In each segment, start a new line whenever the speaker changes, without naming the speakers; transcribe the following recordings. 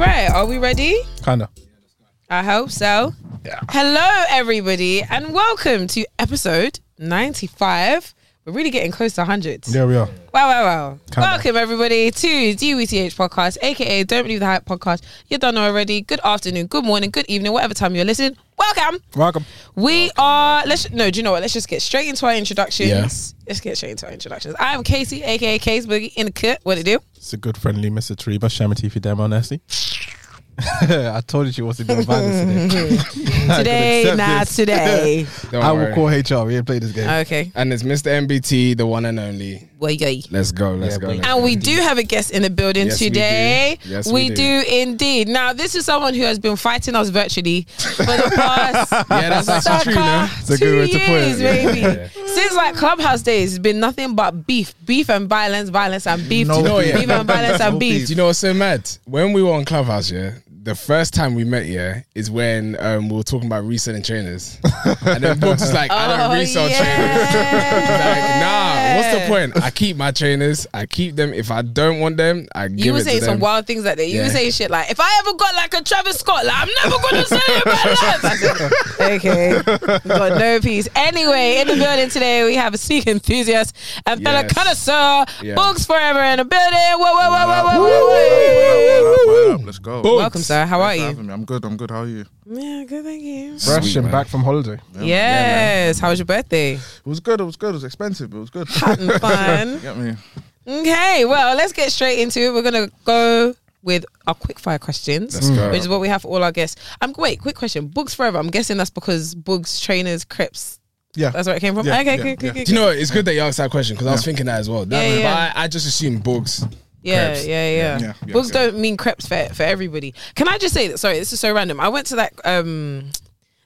are we ready?
Kinda.
I hope so.
Yeah.
Hello, everybody, and welcome to episode 95. We're really getting close to 100.
There we are.
Wow, wow, wow.
Kinda.
Welcome, everybody, to DWTH Podcast, aka Don't Believe the Hype Podcast. You done already. Good afternoon, good morning, good evening, whatever time you're listening. Welcome.
Welcome.
We are. Let's no. Do you know what? Let's just get straight into our introductions. Let's get straight into our introductions. I am Casey, aka Case Boogie, in the cut. What it do?
It's a good friendly Mr. Tariba Shamatifi Demo Nasty. I told you she wasn't doing violence today. I could
Today,
accept
not
this.
today.
Don't
I will
worry.
call HR. We ain't played this game.
okay.
And it's Mr. MBT, the one and only.
Well, yeah.
Let's go. Let's
Yeah,
go.
boy.
Let's
And we do have a guest in the building
Yes, we
today.
do. Yes, we
do. indeed. Now, this is someone who has been fighting us virtually for the past
Yeah, that's
sucker,
actually true, no?
It's a
two
good way to put it.
years,
Yeah.
maybe.
Yeah.
Since like Clubhouse days, it's been nothing but beef, beef and violence, violence and beef,
No
beef,
beef.
beef and violence and
No
beef.
Do you know what's so mad? When we were on Clubhouse, yeah, the first time we met, yeah, is when um, we were talking about reselling trainers. and then Brooks is like, I
Oh,
don't resell
yeah.
trainers. He's like, nah, what's the point? I keep my trainers. I keep them. If I don't want them, I give
You were
it
saying
to
some
them.
wild things like that. You were
Yeah.
saying shit like, if I ever got like a Travis Scott, like, I'm never gonna sell it in my life. okay, got no peace. Anyway, in the building today, we have a sneak enthusiast and fellow
Yes.
connoisseur,
Yeah.
Books Forever in the building. Whoa, whoa, whoa, whoa, whoa,
What
whoa,
up,
whoa,
what
whoa,
up? Let's go.
whoa. Welcome, sir. How are
Thanks for
you?
having me. I'm good. I'm good. How are you?
Yeah, good, thank you.
Fresh
Sweet,
and
man.
back from holiday.
Yes. How was your birthday?
It was good. It was good. It was expensive, but it was good.
And fun.
Get me.
Okay, well, let's get straight into it. We're gonna go with our quick fire questions,
Let's go.
which is what we have for all our guests. I'm wait, quick question. Books forever. I'm guessing that's because Boogs, trainers, crips.
Yeah.
That's where it came from.
Yeah,
okay,
yeah,
cool, cool, cool,
yeah.
Do you
cool.
know what? It's good that you asked that question because I was thinking that as well. That-
Yeah, yeah.
But I, I just assumed books.
Yeah,
Crepes.
yeah, yeah,
Yeah, yeah,
Books
yeah.
don't mean crepes for for everybody. Can I just say that? Sorry, this is so random. I went to that um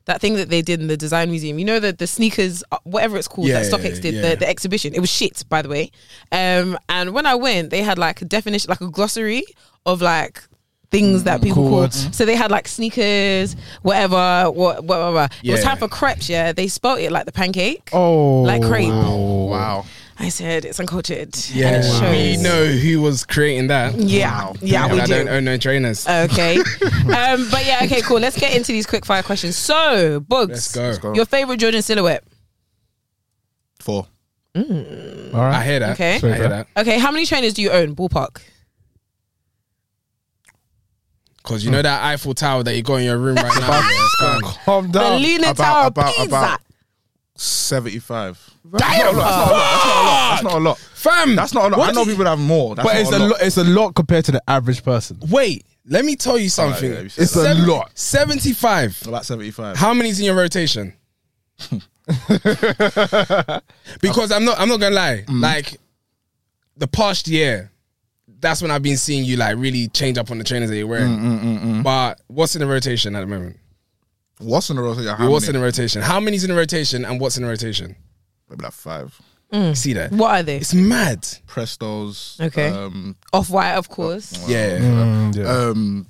that thing that they did in the design museum. You know the the sneakers, uh, whatever it's called,
Yeah,
that StockX
yeah,
did
yeah.
the, the exhibition. It was shit, by the way. Um, and when I went, they had like a definition, like a glossary of like things
Mm,
that people
cool
call.
words.
So they had like sneakers, whatever, what, whatever. It was
Yeah.
time for crepes. Yeah, they spelt it like the pancake.
Oh.
Like crepe.
Wow.
Wow.
I said it's uncultured. Yeah, and
Yeah.
it shows.
We know who was creating that.
Yeah,
Wow.
yeah,
and
we
I
do. Uh,
don't own no trainers.
Okay. um, but yeah, okay, cool. Let's get into these quick fire questions. So, Bugs,
Let's go.
Let's go.
your favorite Jordan silhouette?
Four.
All
I
right.
hear that.
Okay.
I hear that.
Okay, how many trainers do you own? Ballpark.
Because you know that Eiffel Tower that you got in your room right now. it's gone.
Calm
The
down.
Leaning
about-
Tower
about-
Pizza.
about- Seventy-five.
Damn.
That's not a lot.
Fam,
That's not a lot.
what
I know
do you-
people that have more. That's
But
not
it's a lot. It's a lot compared to the average person.
Wait, let me tell you something.
yeah, you said It's
that. a lot.
Seventy-five.
Like seventy-five.
How many's in your rotation? because I'm not. I'm not gonna lie.
Mm.
Like the past year, that's when I've been seeing you like really change up on the trainers that you're wearing.
Mm,
But what's in the rotation at the moment?
What's in the rotation? How
What's in
many?
the rotation? How many's in the rotation and what's in the rotation?
Maybe like five.
See that?
Hmm. What are they?
It's mad.
Prestos.
Okay.
Um.
Off white, of course.
Yeah.
Mm, yeah.
Um.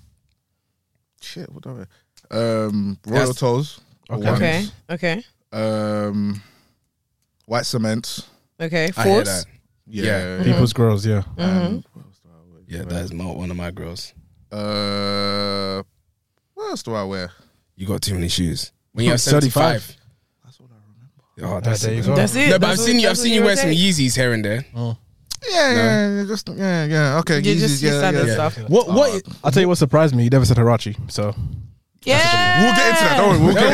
Shit. What do I? Um. Royal
That's-
toes.
Okay.
Ones.
Okay, okay,
Um. White cement.
okay.
I hear
Force.
that. Yeah.
People's girls. Yeah.
Mm.
And
Yeah, that's not one of my girls.
Uh, what else do I wear?
You got too many shoes. When you're
35.
75. That's what I remember. Oh, that's
there
it.
you go.
That's it.
No, but I've
That's
seen
what-
you. I've
that's
seen
what
you wear some
rotate.
Yeezys here and there.
Yeah, yeah, yeah, just yeah, yeah. Okay,
You just
Yeezys,
you
yeah,
standard
yeah.
stuff.
What? What?
Hard.
I'll tell you what surprised me. You never said Hirachi. So
Yeah.
We'll get into that. Don't worry, we'll get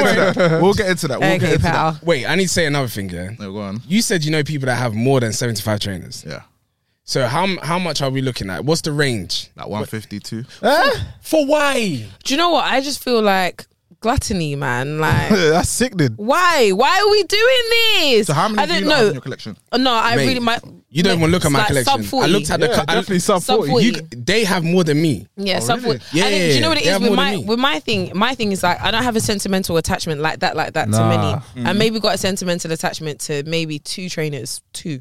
into that. We'll get into that. We'll get
Okay,
into
pal.
Wait, I need to say another thing. Yeah,
that. No, go on.
you said you know people that have more than seventy-five trainers.
Yeah,
So how m- how much are we looking at? What's the range
like one fifty-two.
for why?
Do you know what? I just feel like gluttony, man. Like,
that's sick, dude.
why? Why are we doing this?
So how many
I
do you
don't
not have in
know.
your collection?
No, I
Mate,
really might.
You don't
Mate,
even look at
it's
my
like
collection.
Sub 40.
I looked at
Yeah,
the. Co- I,
definitely sub
Sub
40.
40.
you, they have more than me.
Yeah, sub
really?
Yeah, and then, do you know what it
Yeah,
is with
more than
my
me.
with my thing? My thing is like I don't have a sentimental attachment like that, like that to
Nah.
many. I maybe got a sentimental attachment to maybe two trainers, two.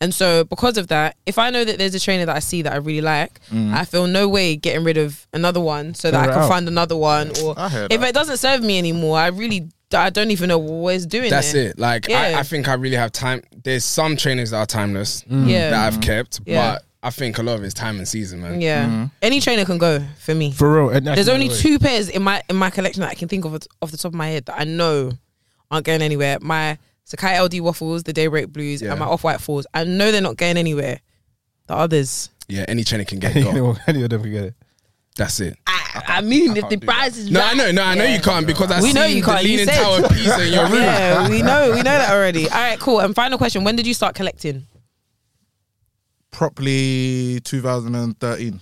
And so because of that, if I know that there's a trainer that I see that I really like, I feel no way getting rid of another one so that
Throw
I
it
can
out.
find another one. Or
I hear
if
that.
it doesn't serve me anymore, I really I don't even know what it's doing.
That's
there.
it. Like
Yeah.
I, I think I really have time. There's some trainers that are timeless
Yeah.
that I've kept,
Yeah.
but I think a lot of it's time and season, man.
Yeah, any trainer can go for me.
For real. and I
There's
can
only
relate.
two pairs in my in my collection that I can think of at- off the top of my head that I know aren't going anywhere. My Sakai LD waffles, the Daybreak Blues,
Yeah.
and my Off White fours. I know they're not going anywhere. The others,
Yeah, any trainer can get got.
Anyone, any of them can get it.
That's it.
I, I mean, if the price is
No,
right.
I know, no, I know you can't because I
We know
seen
you
the
can't, you
Leaning
said.
Tower piece in your room.
Yeah, we know, we know that already. All right, cool. And final question: When did you start collecting?
Properly 2013.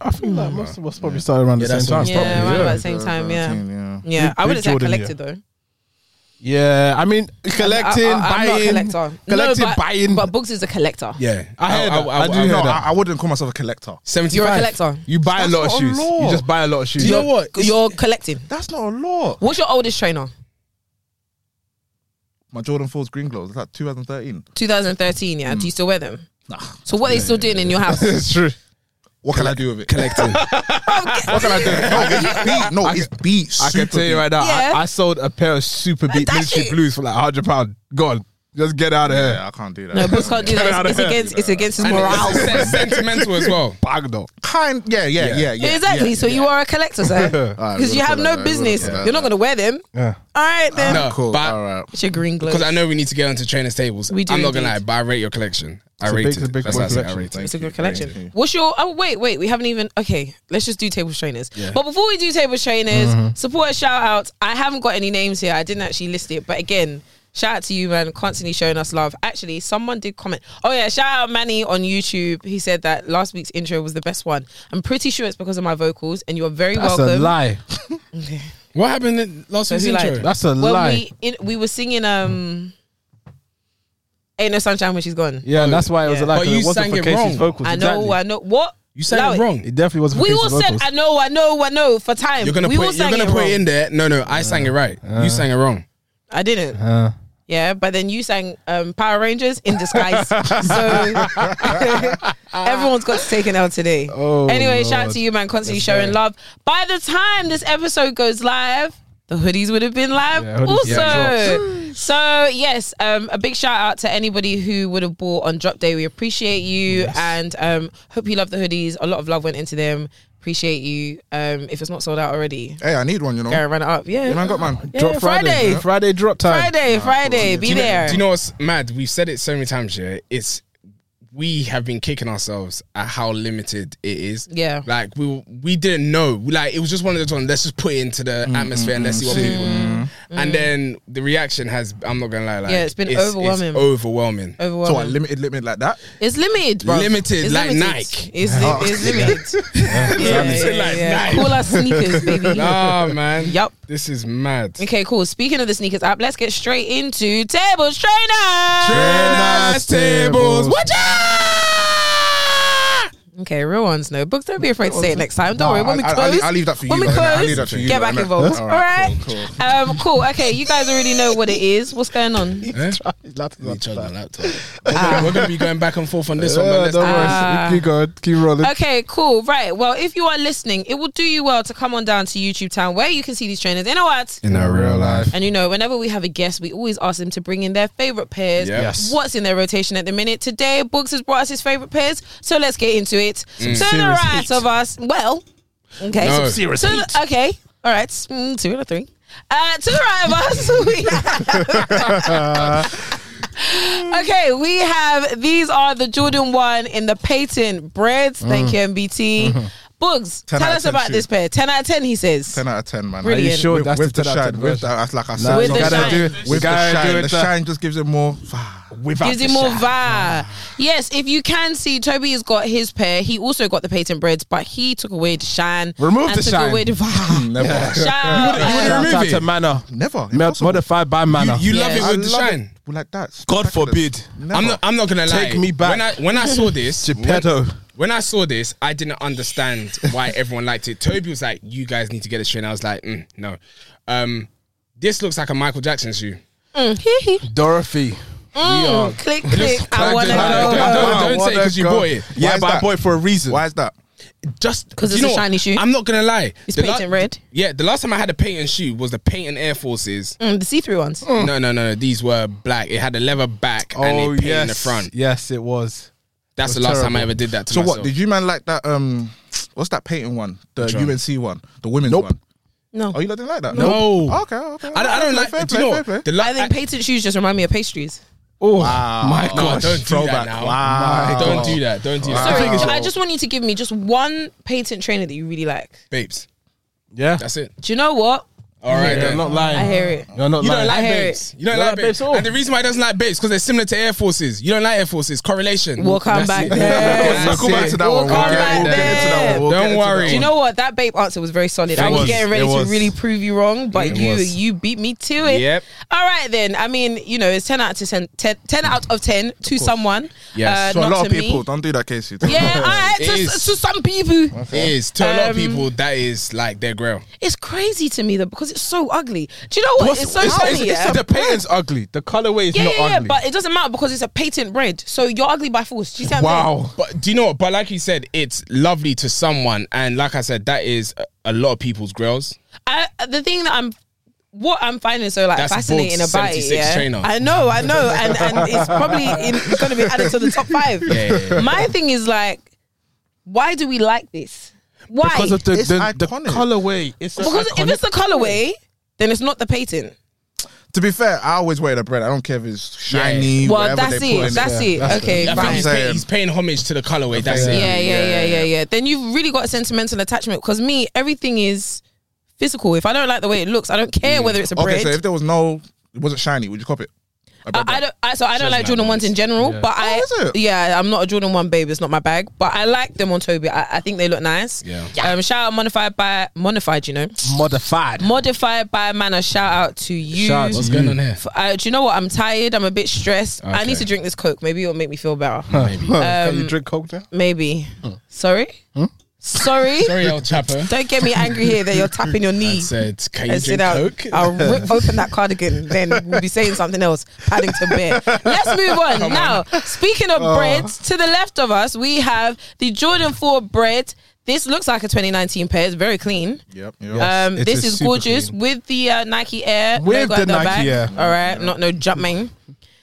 I think like most of us probably started around
Yeah,
the
that's
same time.
what-
Mm. Yeah,
probably,
around
yeah.
about the same time. Yeah,
2013, yeah.
yeah.
Big-
I wouldn't
big
say I
Jordan, yeah.
collected though.
Yeah, I mean collecting,
I, I, I'm not a
buying,
collector. No,
collecting,
but,
buying.
But books is a collector.
Yeah,
I heard that. I do
No,
hear
I,
that.
I wouldn't call myself a collector.
You're a
75.
collector.
you buy a
That's
lot of
not
shoes.
law.
You just buy a lot of shoes.
Do you know what?
You're collecting.
That's not a law.
What's your oldest trainer?
My Jordan 4's green gloves. Is that 2013?
2013. Yeah. Do you still wear them?
Nah.
So what are they still doing in your house?
It's true.
What can I do with it?
Collecting.
What can I do? No, it's beat. No, it's beat.
I can
Super
tell you
beat.
right now,
Yeah.
I, I sold a pair of super beat
That
military
shit-
blues for like hundred pound. Gone. Just get out of here.
Yeah, I can't do that.
No, books can't do
Get
that.
out of
It's, it's
here.
against. It's against his
And
morale.
it's sen- sentimental as well.
Bagged up.
Kind, yeah, yeah, yeah, yeah. yeah
exactly. so you are a collector, sir.
Alright,
Because
we'll
you have
put
no
that there,
business.
we'll put that
You're not going
there.
to wear them.
Yeah.
All right then.
No,
Cool.
but
all right.
It's your green gloves.
because I know we need to get onto trainers' tables.
We do
I'm not gonna lie,
indeed.
but I rate your collection. I
It's a
rate
big-
it.
it's a big
That's what I say. I
collection.
rate it.
It's a good collection. What's your? Oh wait, wait. We haven't even. Okay, let's just do table trainers. But before we do table trainers, support shout outs. I haven't got any names here. I didn't actually list it, but again. Shout out to you, man, constantly showing us love. Actually, someone did comment. Oh, yeah, shout out Manny on YouTube. He said that last week's intro was the best one. I'm pretty sure it's because of my vocals, and you are very
That's
welcome.
a lie.
What happened in last
So
week's
who
intro?
lied?
That's a
When
lie.
we, in, we were singing um, Ain't No Sunshine When She's Gone.
yeah, and that's why it was
Yeah.
a lie.
But
'cause
you
it wasn't
sang
for
it
Casey's
wrong.
vocals.
I know,
exactly.
I know. What?
You said
Allow
it wrong.
It definitely wasn't for
We all
Casey's
said,
vocals.
I know, I know, I know for time.
You're gonna
we all
put. You're
sang
gonna
it
put
wrong.
it in there. No, no, I sang it right.
Uh-huh.
You sang it wrong.
I didn't.
Uh,
Yeah, but then you sang um, Power Rangers in disguise. so everyone's got to take an L today.
Oh,
anyway, shout out
Lord.
to you, man. Constantly showing love. By the time this episode goes live, the hoodies would have been live
Yeah, hoodies-
also.
yeah,
so yes, um, a big shout out to anybody who would have bought on drop day. We appreciate you and um, hope you love the hoodies. A lot of love went into them. Appreciate you. Um, if it's not sold out already,
Hey, I need one, you know.
Gary ran it up. Yeah,
You know, I got mine.
drop
Yeah,
Friday.
Friday.
Friday. drop time.
Friday, Friday, be
Do you know-
there.
Do you know what's mad? We've said it so many times. Yeah, it's we have been kicking ourselves at how limited it is.
Yeah.
like we we didn't know. Like it was just one of those ones. Let's just put it into the atmosphere and let's see what people. And then the reaction has. I'm not gonna lie. Like,
Mm. Yeah, it's been overwhelming.
overwhelming.
So I
Overwhelming.
limited, limited like that.
It's limited, bro.
Limited,
it's
like Nike.
It's, li- it's limited. yeah,
Limited, like Nike.
Call us sneakers, baby.
Nah, Ah, man.
Yup.
This is mad.
Okay, cool. Speaking of the sneakers app, let's get straight into tables trainer.
Trainers, tables. Watch
Okay, real ones, no books. Don't be afraid to say it next time. Don't worry. When we
I- I-
close,
I'll leave- I'll leave that for
when
you,
we
though, innit?
close,
I'll leave that for you,
get
though,
back
innit?
involved. All
All
right.
right,
Um, cool. Okay, you guys already know what it is. What's going on?
Let me charge my laptop. We're gonna- We're gonna be going back and forth on this one, but let's
Uh, don't worry.
Ah.
keep going. Keep rolling.
Okay, cool. Right. Well, if you are listening, it will do you well to come on down to YouTube Town where you can see these trainers. You know what?
in our real life.
And you know, whenever we have a guest, we always ask them to bring in their favorite pairs.
Yeah. Yes.
What's in their rotation at the minute? Today, Books has brought us his favorite pairs. So let's get into it. So the
serious
right
heat.
of us, well, okay.
No. Some
serious
So the- okay. All right. Mm, two out of three. Uh, to the right of us, we have. okay, we have these are the Jordan 1 in the patent breads. Thank you, MBT. Books,
10
tell
out of
us
10
about
shoe.
this pair. 10 out of 10, he says.
Ten out of ten, man.
Really?
Are you
Brilliant.
sure
With,
that's
with the,
the 10 out
shine,
of 10
with
version?
the, that's like I
Nah,
said,
With
you
the
gotta
shine.
do it.
You
with
gotta
the
do it
shine. The
that-
shine just gives it more.
Without
gives
the
it more
shine.
vibe. Yes, if you can see, Toby has got his pair. He also got the patent breads, but he took away the shine.
Remove
and
the
took
shine.
away the vibe.
Never,
Shout out.
Shout
remove
out
it.
to Manor.
never.
Melt-
impossible.
Modified by Manor.
You
Yeah.
love
I
it with the
love
shine.
it. Like that.
God
Spectacular.
forbid.
Never.
I'm not. I'm not gonna lie.
Take me back.
When I when I saw this,
Geppetto.
When, when I saw this, I didn't understand why everyone liked it. Toby was like, "You guys need to get a shoe," and I was like, mm, "No." Um, this looks like a Michael Jackson shoe.
Mm, hee hee.
Dorothy.
Mm, click, click. I
Like,
want to
don't-
go.
don't-
home.
don't- don't say it 'cause you
Wanna go.
bought it.
Yeah,
Why is
but I
that?
bought it for a reason.
Why is that?
Just
'Cause
do
it's
you
a
know what?
shiny shoe.
I'm not gonna lie.
It's
The la-
patent red.
Yeah, the last time I had a patent shoe was the patent Air Forces.
Mm, the see-through ones.
Oh,
No, no, no, no. These were black. It had a leather back and a paint in the front.
Yes, it was. That's
That's the last time I
terrible.
ever did that to
So
myself.
what? Did you man like that? Um, what's that painting one? The
Which one?
UNC one, the women's
Nope.
one.
No.
Oh, you lot didn't like that?
No.
Nope. Okay. Okay.
I, don't- I don't
Fair
like.
play,
do you know
fair
what?
play.
The la-
I think painted shoes just remind me of pastries.
Oh
Wow.
my
No,
No,
gosh!
don't do
throwback.
that now.
Wow.
Don't do that. Don't do that.
Sorry,
think it's-
I just want you to give me just one patent trainer that you really like.
babes.
Yeah,
That's it.
Do you know what?
All right.
you're
then.
not lying.
I hear it.
You're not
You
lying.
don't like
I hear
babes.
it.
You don't like babes.
at all.
And the reason why he doesn't like babes because they're similar to air forces. You don't like air forces. Correlation.
We'll come
That's
back
it.
there.
That's
We'll come back
it.
to that
We'll
one.
come
get-
back
we'll get into that
there.
one. We'll
Don't
get into that
worry.
Do you know what? That babe answer was very solid. I
It
was,
was.
getting ready
It was.
to really prove you wrong, but
It
you
was.
you beat me to it.
Yep.
All right then. I mean, you know, it's ten out of ten. 10, 10 out of ten to someone.
Yes.
Uh,
So a
not
lot of
to
people
me.
don't do that, Casey.
Yeah, I,
It
to,
is.
to some people,
It is to a lot of
Um,
people that is like their grail.
it's crazy to me though because it's so ugly. Do you know what? it's so ugly. yeah?
the painting's ugly. The colorway is
yeah,
not
yeah, yeah,
ugly.
but it doesn't matter because it's a patent bread. So you're ugly by force. Do you see what I'm saying?
wow.
But do you know what? But like you said, it's lovely to someone, and like I said, that is a, a lot of people's grails.
I, the thing that I'm what I'm finding so like
That's
fascinating
Bolt
about it,
76
yeah.
trainer.
I know, I know, and and it's probably in, going to be added to the top five.
yeah, yeah.
My thing is like, why do we like this? Why?
Because of the,
It's
the, the
iconic.
colorway. It's just
Because if
iconic.
it's the colorway, then it's not the patent.
To be fair, I always wear the bread. I don't care if it's shiny.
Well,
whatever
that's
they put
it.
in
That's it. okay,
I think
fine.
he's,
Fine.
pay, he's paying homage to the colorway. That's it.
Yeah, yeah, yeah, yeah,
Yeah.
yeah, Then you've really got a sentimental attachment because me, everything is physical. If I don't like the way it looks, I don't care whether it's a bread.
Okay, so if there was no, it wasn't shiny. Would you cop it? A
I,
bread
I
bag.
don't. I, so I don't
She
like
doesn't
Jordan
like
ones in
these.
general,
Yeah.
but I.
Oh, is it?
Yeah, I'm not a Jordan one babe. It's not my bag, but I like them on Toby. I, I think they look nice.
Yeah.
Um, shout out modified by modified. You know,
modified.
modified by manner. Shout out to you.
Shout out to
What's
You.
going on here?
F- uh, do you know what? I'm tired. I'm a bit stressed. I need
Okay.
to drink this Coke. Maybe it'll make me feel better.
Can you drink Coke now?
Maybe. Sorry. Sorry.
Sorry, El Chapo.
Don't get me angry here that you're tapping your knee.
Said, can you
and sit
drink
down.
coke?
I'll rip open that cardigan, then we'll be saying something else. Paddington Bear. Let's move on. now, speaking of breads, to the left of us, we have the Jordan 4 bread. This looks like a 2019 pair. It's very clean.
Yep.
Um,
it
this
is
is
super
gorgeous
clean.
with the uh, Nike Air.
With
logo at
the Nike
back.
Air.
All right, not no Jumpman.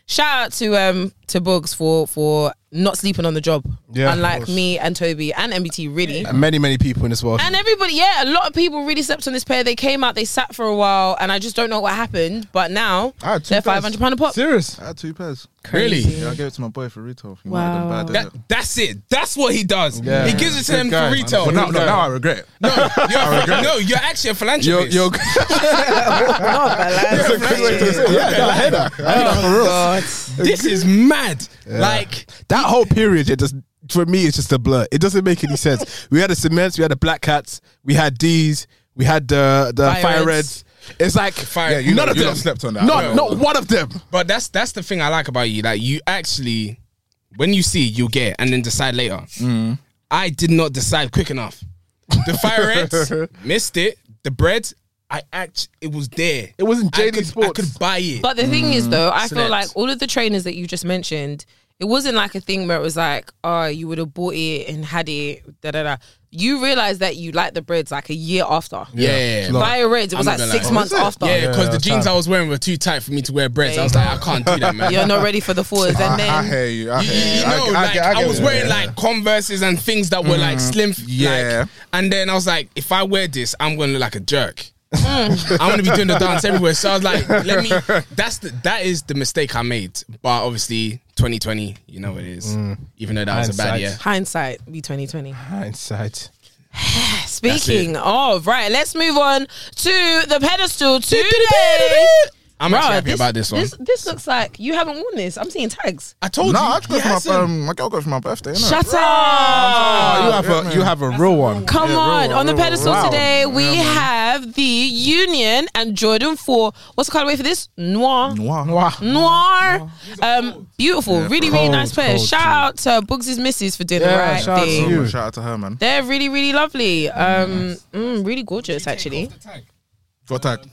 Shout out to um to Bugs for for not sleeping on the job.
Yeah, of
unlike
course.
me and Toby and MBT, really.
And many, many people in this world.
And everybody, yeah, a lot of people really slept on this pair. They came out, they sat for a while, and I just don't know what happened. But now
I had two
they're
pairs.
five hundred pound a pop.
Serious.
I had two pairs.
Crazy.
Yeah, I gave it to my boy for retail. He
Wow.
wanted them bad,
That,
innit?
that's it. That's what he does.
Yeah.
He gives it to
Good
them
guy,
for
man.
retail.
But now, no, now I regret it.
no, you're, a- no, you're actually a
You're,
philanthropist.
you're,
That's
a great way to say it.
yeah, I heard that. I heard that for real.
this is mad. Like,
That whole period, it just for me, it's just a blur. It doesn't make any sense. We had the cements, we had the black cats, we had these, we had the the
Fire
fire,
Reds.
reds. It's like
Fire-
yeah,
you
none
lot-
of
you
them
lot slept on that.
Not
Yeah.
not one of them.
But that's that's the thing I like about you. Like you actually, when you see, you'll get, it and then decide later.
Mm.
I did not decide quick enough. The fire reds missed it. The bread, I act, it was there.
It wasn't
I
JD
could, I
Sports.
could buy it.
But the thing
Mm,
is, though, I feel
Select.
like all of the trainers that you just mentioned, it wasn't like a thing where it was like, oh, you would have bought it and had it, da da da. You realize that you like the breads like a year after.
yeah, yeah, yeah.
Via Reds, it was
I'm not
like
gonna
six
lie.
months after.
yeah, because
Yeah,
the jeans
fam.
I was wearing were too tight for me to wear breads. I was
There
like, I can't do that, man.
You're not ready for the fours,
I,
and
I
then
hear you. I
You,
hear
you- you
you.
know,
I,
like
get-
I,
get
was
it.
wearing like Converse's and things that were like slim. f-
Yeah.
Like, and then I was like, if I wear this, I'm gonna look like a jerk.
Mm.
I'm gonna be doing the dance everywhere. So I was like, let me. That's the that is the mistake I made. But obviously, 2020, you know what it is.
Mm.
Even though that was a bad
Hindsight.
year.
hindsight be twenty twenty.
Hindsight.
Speaking of, right, let's move on to the pedestal today.
I'm
Bruh,
actually happy about this one.
Oh, This, this looks like you haven't worn this. I'm seeing tags.
I told
No,
you.
I just
he
got for my
hasn't.
um, my girl got for my birthday. innit?
Shut
Oh, you
up.
have a you have a real one.
Come
Yeah, real
on.
one,
on the
real one.
pedestal
Wow.
today, we have the Union and Jordan 4. What's the colorway for this? Noir.
Wow.
Wow.
Noir. Um, beautiful. really, really
cold,
nice pair.
cold
Shout out to Boogs' missus for doing
Yeah,
the right
shout out to
thing.
you.
Shout out to her, man.
They're really, really lovely. Um, mm, really gorgeous, actually.
Got tag.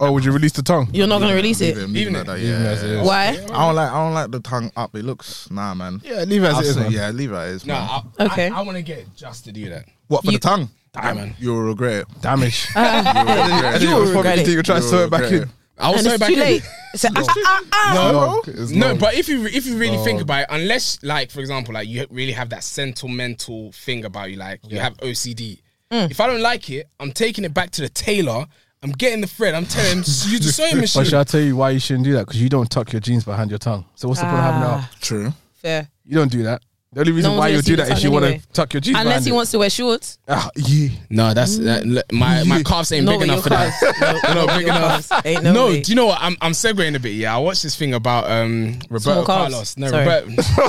Oh, would you release the tongue?
You're not going to release
Leave Oh,
it.
him, leave him
Even
like that,
Leave it
yeah.
as it is.
Why?
I don't like I don't like the tongue up. It looks nah, man.
Yeah, leave it as
I'll
it is.
say-
man.
yeah, leave it as it is.
No,
man.
I,
Okay.
I, I want to get just to do that.
What for
You-
the tongue?
Damn, man.
You'll regret it.
Damage.
You'll regret it.
Ah, You will regret it.
You try to
You'll
sew it back
regret
in.
I
and
was sorry
it's
back
too
in.
late. It's like, ah, ah, ah.
No, it's
No,
not.
but if you if you really think about it, unless like for example, like you really have that sentimental thing about you, like you have OCD.
Mm.
If I don't like it, I'm taking it back to the tailor. I'm getting the thread. I'm telling him use the sewing
But should
machine.
I tell you why you shouldn't do that? Because you don't tuck your jeans behind your tongue. So what's the point of having that?
Ah,
true.
fair.
You don't do that. The only reason
one's
why
gonna
you
see
do
the
that is
tuck
you want
anyway.
to tuck your jeans.
Unless
behind
he
it.
wants to wear shorts.
Ah, yeah.
No, that's that, look, my my calves ain't big
Mm. with
enough for
your
that.
calves.
They're
No,
not
with
big
your
enough.
calves. Ain't no,
No,
way.
do you know what? I'm I'm segueing a bit. Yeah, I watched this thing about um Roberto
Small calves.
Carlos. No,
Sorry.
Roberto.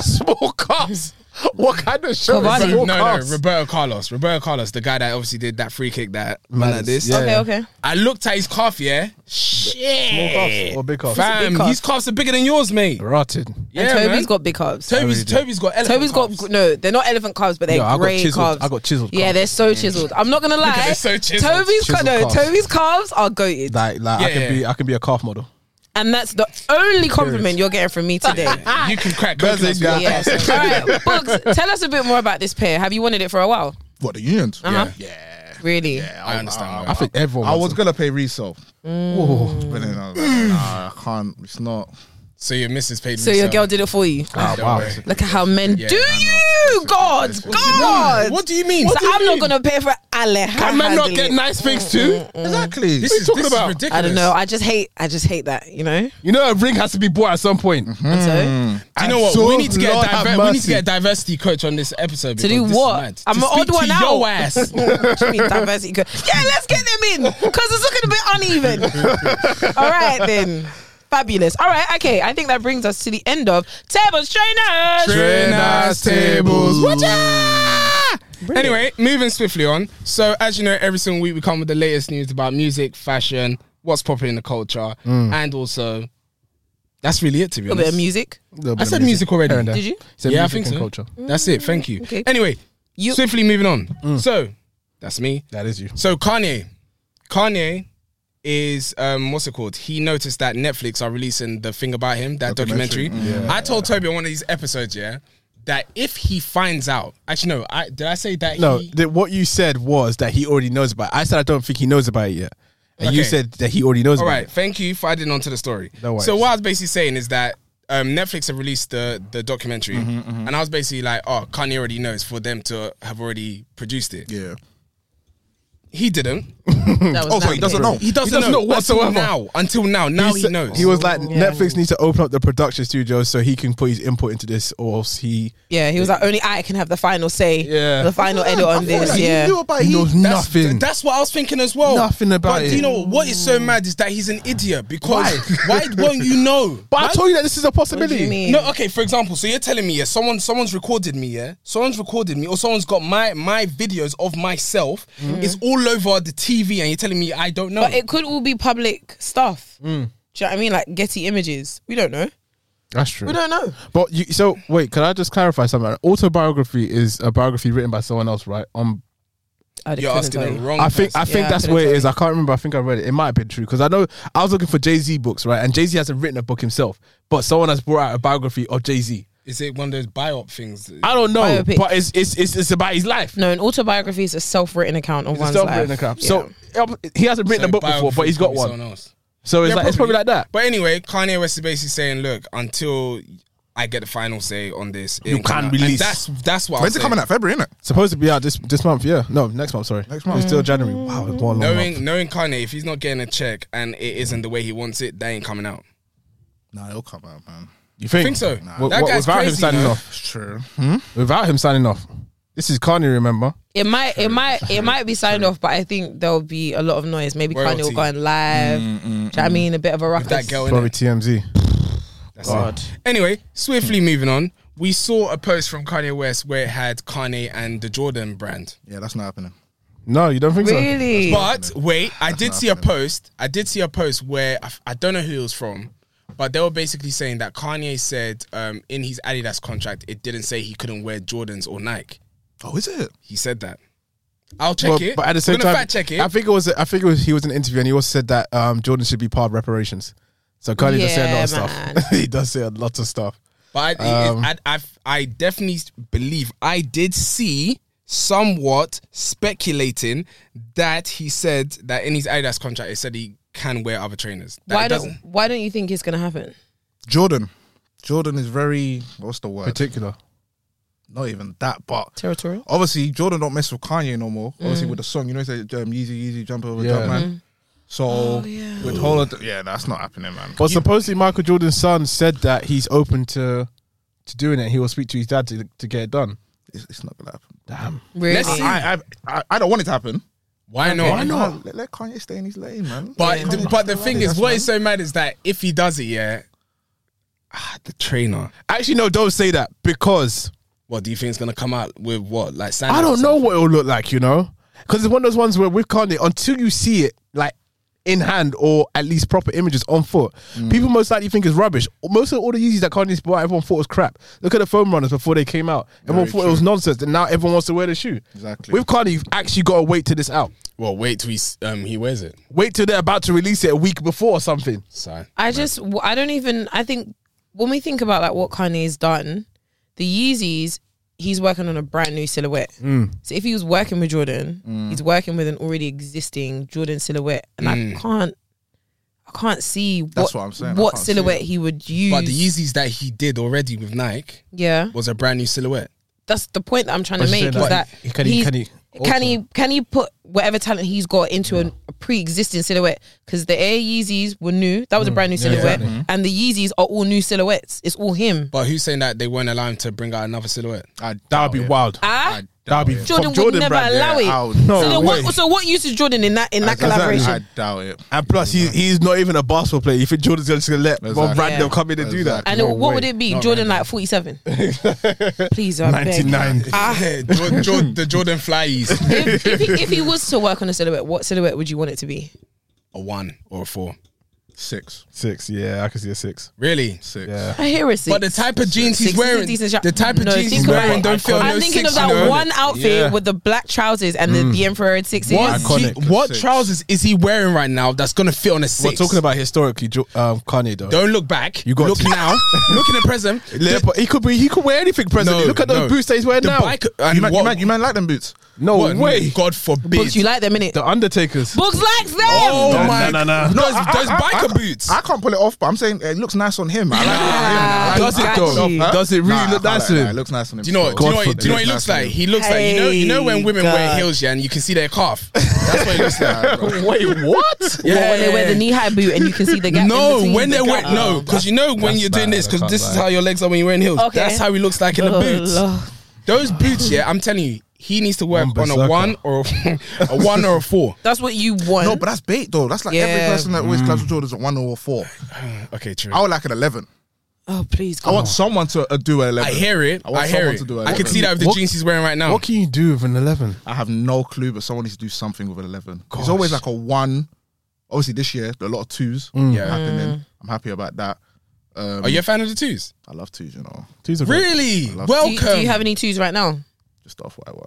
small cups. What kind of show
Cavani.
is
No,
small
no,
cups?
Roberto Carlos. Roberto Carlos, the guy that obviously did that free kick that went like this.
Yeah.
Okay, okay.
I looked at his calf, yeah.
Small
Shit.
cups or big cups?
Fam,
calf?
his calves are bigger than yours, mate.
Rotted.
Yeah,
and Toby's
man.
got big calves.
Toby's Toby's got elephant
Toby's got
calves.
no, they're not elephant calves, but they're
Yeah, I got
grey
chiseled-
calves.
I got chiseled
Yeah,
calves.
they're so chiseled. I'm not gonna lie.
they're so chiseled.
Toby's ca-
Chiseled
no,
calves.
Toby's calves are goated,
Like, like I
Yeah.
can be, I can be a calf model.
and that's the only compliment you're getting from me today.
You can crack
That's
coconuts
it,
with your
guys.
calves.
yes. All right, Books, tell us a bit more about this pair. Have you wanted it for a while?
What the unions?
Uh-huh.
Yeah.
Really?
yeah.
I understand.
Ah,
I
man.
think everyone.
I was
wants
gonna pay resale,
it. Oh. Whoa.
but then I was like, nah, I can't. It's not.
So your missus paid me.
So your girl did it for you.
Ah,
Don't
wow.
worry.
Look at how men do
I know.
you, God, God.
What do you mean?
So
What do you
I'm
mean?
not gonna pay for Alejandro.
Can man not get nice things too?
Exactly.
This is,
talking
this
about?
is ridiculous.
I don't know. I just hate. I just hate that. You know.
You know, a ring has to be bought at some point.
And so
Do you know what?
So
we need to get
Lord
a
have
diver- we need
mercy.
to get a diversity coach on this episode.
To
because
do
this is
what?
mad.
I'm
to
an
speak
odd one
to
out.
Your ass.
What you mean diversity co- Yeah, let's get them in because it's looking a bit uneven. All right then. Fabulous. All right, okay. I think that brings us to the end of Tables Trainers.
Trainers,
tables.
Watch out! Anyway, moving swiftly on. So, as you know, every single week we come with the latest news about music, fashion, what's popular in the culture,
Mm.
and also that's really it to be
a little bit of
honest.
music.
I said music already.
Here and there.
Did you? Mm,
It's a
Yeah, I
music
think
and
so.
culture.
That's it. Thank you.
Okay.
Anyway,
You-
swiftly moving on.
Mm.
So, that's me.
That is you.
So Kanye, Kanye is um what's it called? He noticed that Netflix are releasing the thing about him, that documentary.
Documentary.
Mm-hmm.
I told Toby on one of these episodes, yeah, that if he finds out, actually no, I did I say that
No,
he
th- what you said was that he already knows about. it. I said I don't think he knows about it yet, and you
Okay.
said that he already knows
All
about
right,
it.
thank you for adding on to the story.
No worries.
so what I was basically saying is that um, Netflix have released the the documentary,
Mm-hmm,
and I was basically like, oh, Kanye already knows for them to have already produced it.
Yeah.
He didn't.
That was
Oh, so he
not
doesn't
it.
know.
He doesn't,
doesn't know whatsoever.
Until now, until now, now he,
said-
knows.
He was like, Netflix needs to open up the production studios so he can put his input into this, or else he
Yeah, he was like, only I can have the final say,
Yeah.
the final edit on
I feel
this.
like
yeah.
He knew about
he
he.
knows
That's-
nothing.
That's what I was thinking as well.
Nothing about
but Do
it.
you know what? What is so mad is that he's an idiot because why, won't you know?
but I
Why-
told you that this is a possibility.
you mean?
no, okay. For example, so you're telling me, yeah, someone, someone's recorded me, yeah, someone's recorded me, or someone's got my my videos of myself.
Mm-hmm.
It's all over the TV, and you're telling me I don't know.
But it could all be public stuff. Do you know what I mean? Like Getty Images. We don't know.
That's true.
We don't know.
But you, so wait, can I just clarify something? Autobiography is a biography written by someone else, right? Um,
I
you're
couldn't
asking
tell
the
you.
wrong.
I think
person.
I think
Yeah, I
that's
couldn't
where
tell
it is. I can't remember. I think I read it. It might have been true because I know I was looking for Jay Z books, right? And Jay Z hasn't written a book himself, but someone has brought out a biography of Jay Z.
is it one of those biop things?
I don't know,
Biopic.
but it's, it's it's it's about his life.
No, an autobiography is a self-written account of
It's
one's
a self-written
life.
account.
Yeah.
So um, he hasn't written
So
a book before, but
biography
he's got
probably
one.
someone else.
So it's
Yeah,
like it's probably like that.
But anyway, Kanye West is basically saying, "Look, until I get the final say on this, it
You
ain't coming
can't
out." And
release.
That's that's what.
When's it
I'm
coming
saying.
out? February, innit?
Supposed to be out this this month, yeah. No, next month. Sorry,
Next month.
It's still January. Wow, it's one long month.
Knowing knowing Kanye, if he's not getting a check and it isn't the way he wants it, that ain't coming out.
Nah, it'll come out, man.
You think?
think so.
W-
Nah. That
w-
guy's
without him
crazy,
signing
you know.
off.
It's true.
Without him signing off. This is Kanye. Remember?
It might, it might, it might be signed off, but I think there'll be a lot of noise. Maybe Kanye will
Royalty. Mm,
go on live. Do you know what I mean? A bit of a ruckus.
That girl,
Probably
innit?
TMZ.
That's it. Anyway, swiftly moving on. We saw a post from Kanye West where it had Kanye and the Jordan brand.
Yeah, that's not happening.
No, you don't think so?
Really?
But wait, I did
not
see a
happening.
post. I did see a post where I, f- I don't know who it was from, but they were basically saying that Kanye said um, in his Adidas contract, it didn't say he couldn't wear Jordans or Nike.
Oh, is it?
He said that. I'll check
But,
it.
but at the same
I'm gonna
time,
fact check it.
I think it was. I think it was. He was in an interview, and he also said that um, Jordan should be part of reparations. So Kanye does say a lot of
Yeah, man.
stuff. he does say a lot of stuff.
But I,
Um,
I, I, I definitely believe I did see somewhat speculating that he said that in his Adidas contract, it said he c- can wear other trainers. That
Why
doesn't.
don't Why don't you think it's gonna happen?
Jordan. Jordan is very what's the word?
Particular.
Not even that, but
Territorial.
obviously Jordan don't mess with Kanye no more. Obviously with the song, you know, it's like um, Yeezy Yeezy jump over
Yeah.
jump man. So
yeah.
with whole of the, yeah, that's not happening, man.
Well, supposedly Michael Jordan's son said that he's open to to doing it. He will speak to his dad to, to get it done.
It's, it's not gonna happen.
Damn.
Really?
Let's see.
I, I I I don't want it to happen.
Why not?
Why not? Let, let Kanye stay in his lane, man.
But
Let Kanye
but the
stay
thing
in his
is, what
lane.
is so mad is that if he does it, yeah, ah, the trainer.
Actually, no, don't say that because
What do you think is gonna come out with? What like sandals
I
or
don't know
something?
what it'll look like, you know? Because it's one of those ones where with Kanye, until you see it, like, in hand or at least proper images on foot,
Mm.
people most likely think it's rubbish. Most of all the Yeezys that Kanye's bought, everyone thought was crap. Look at the foam runners before they came out. Everyone
Very
thought it was nonsense, and now everyone wants to wear the shoe.
Exactly.
With Kanye, you've actually got to wait till this out.
Well, wait till he s- um he wears it.
Wait till they're about to release it a week before or something.
So
I just w- I don't even I think when we think about like what Kanye's done, the Yeezys he's working on a brand new silhouette. So if he was working with Jordan,
Mm.
he's working with an already existing Jordan silhouette, and
Mm.
I can't I can't see what
That's what I'm saying. I
what
can't see
silhouette he would use.
but the Yeezys that he did already with Nike
yeah,
was a brand new silhouette.
that's the point that I'm trying
But
to
she's
make
saying
is
that
that
he- can he-
he's-
can he
can he can he put whatever talent he's got into an, a pre-existing silhouette because the Air Yeezys were new that was a brand new silhouette
exactly.
and the Yeezys are all new silhouettes it's all him
But who's saying that they won't allow him to bring out another silhouette?
I
That would
doubt
be
it.
wild.
Ah?
I
That
doubt
would be
it.
Jordan
from
would
Jordan
never
brand.
allow it.
I would-
No
so, then
way.
what, so what use is Jordan in that in that
Exactly.
collaboration?
I doubt it.
And plus, he, he's not even a basketball player. You think Jordan's just going to let one
Exactly.
random
Yeah.
come in and do that?
and
No
what
way.
would it be? Jordan like forty seven. Please, I beg. Ah,
99.
Yeah, Jor- Jor- the Jordan Flyies.
If, if, he, if he was to work on a silhouette, what silhouette would you want it to be?
a one or a four.
Six.
Six, yeah, I can see a six.
Really?
Six.
Yeah.
I hear a six.
But the type of jeans he's
Six is a
wearing,
decent shot.
the type of
No,
jeans
think
he's
about
wearing,
it.
don't feel
I'm
no
thinking
six.
of that
you know?
one outfit
Yeah.
with the black trousers and the, the infrared sixes.
What,
Iconic.
je- what
Six.
trousers is he wearing right now that's gonna fit on a
We're
six?
talking about historically, Jo- um, Kanye though.
Don't look back.
You got
look
to.
now. look in the present.
Yeah, but he could be. He could wear anything. Presently,
No,
look at those
no.
boots that he's wearing
The
now.
bike. And
You man, you
what-
man, you man like them boots?
no
what-
way.
God forbid.
Books, you like them innit?
The Undertakers.
Books likes them.
oh
No,
my.
no, no, no.
Those,
I- I-
those
I-
biker
I-
boots.
I can't pull it off, but I'm saying it looks nice on him. I
Ah,
like it on him. I
Does
like
it
got
though?
you.
Does it really
Nah, I
look nice
can't like
to
that.
him?
It looks nice on him.
Do you know what? Do you know what, do you know what he
It
looks
nice on
like?
him.
He looks like you know you know when women wear
Hey,
heels, yeah, and you can see their calf. That's what he looks like.
Wait, what?
Yeah,
Or when they wear the knee high boot and you can see the gap. in
No,
between
when
the
they wear
gap.
no, because you know when
that's
you're doing
bad.
this,
I
because
can't
this is
lie.
how your legs are when you're wearing heels.
Okay.
That's how he looks like in the
Oh,
boots.
Lord.
Those boots, yeah, I'm telling you, he needs to work
One
on a
berserker.
one or a, a one or a four.
That's what you want.
No, but that's bait though. That's like
Yeah.
every person that
Mm.
always clubs with Jordan's at one or four.
Okay, true.
I would like an eleven.
oh please,
I
God.
want someone to uh, do an
I
eleven.
hear it.
I
I,
want
hear
someone
it.
to do it.
I can
What-
see that with the
what-
jeans he's wearing right now.
What can you do with an eleven?
I have no clue, but someone needs to do something with an eleven.
Gosh.
It's always like a one. Obviously, this year there are a lot of twos
Mm. Yeah.
happening. I'm happy about that. Um,
Are you a fan of the twos?
I love twos, you know,
These are great.
Really?
love-
Do
Welcome.
you, do you have any twos right now?
just off white one.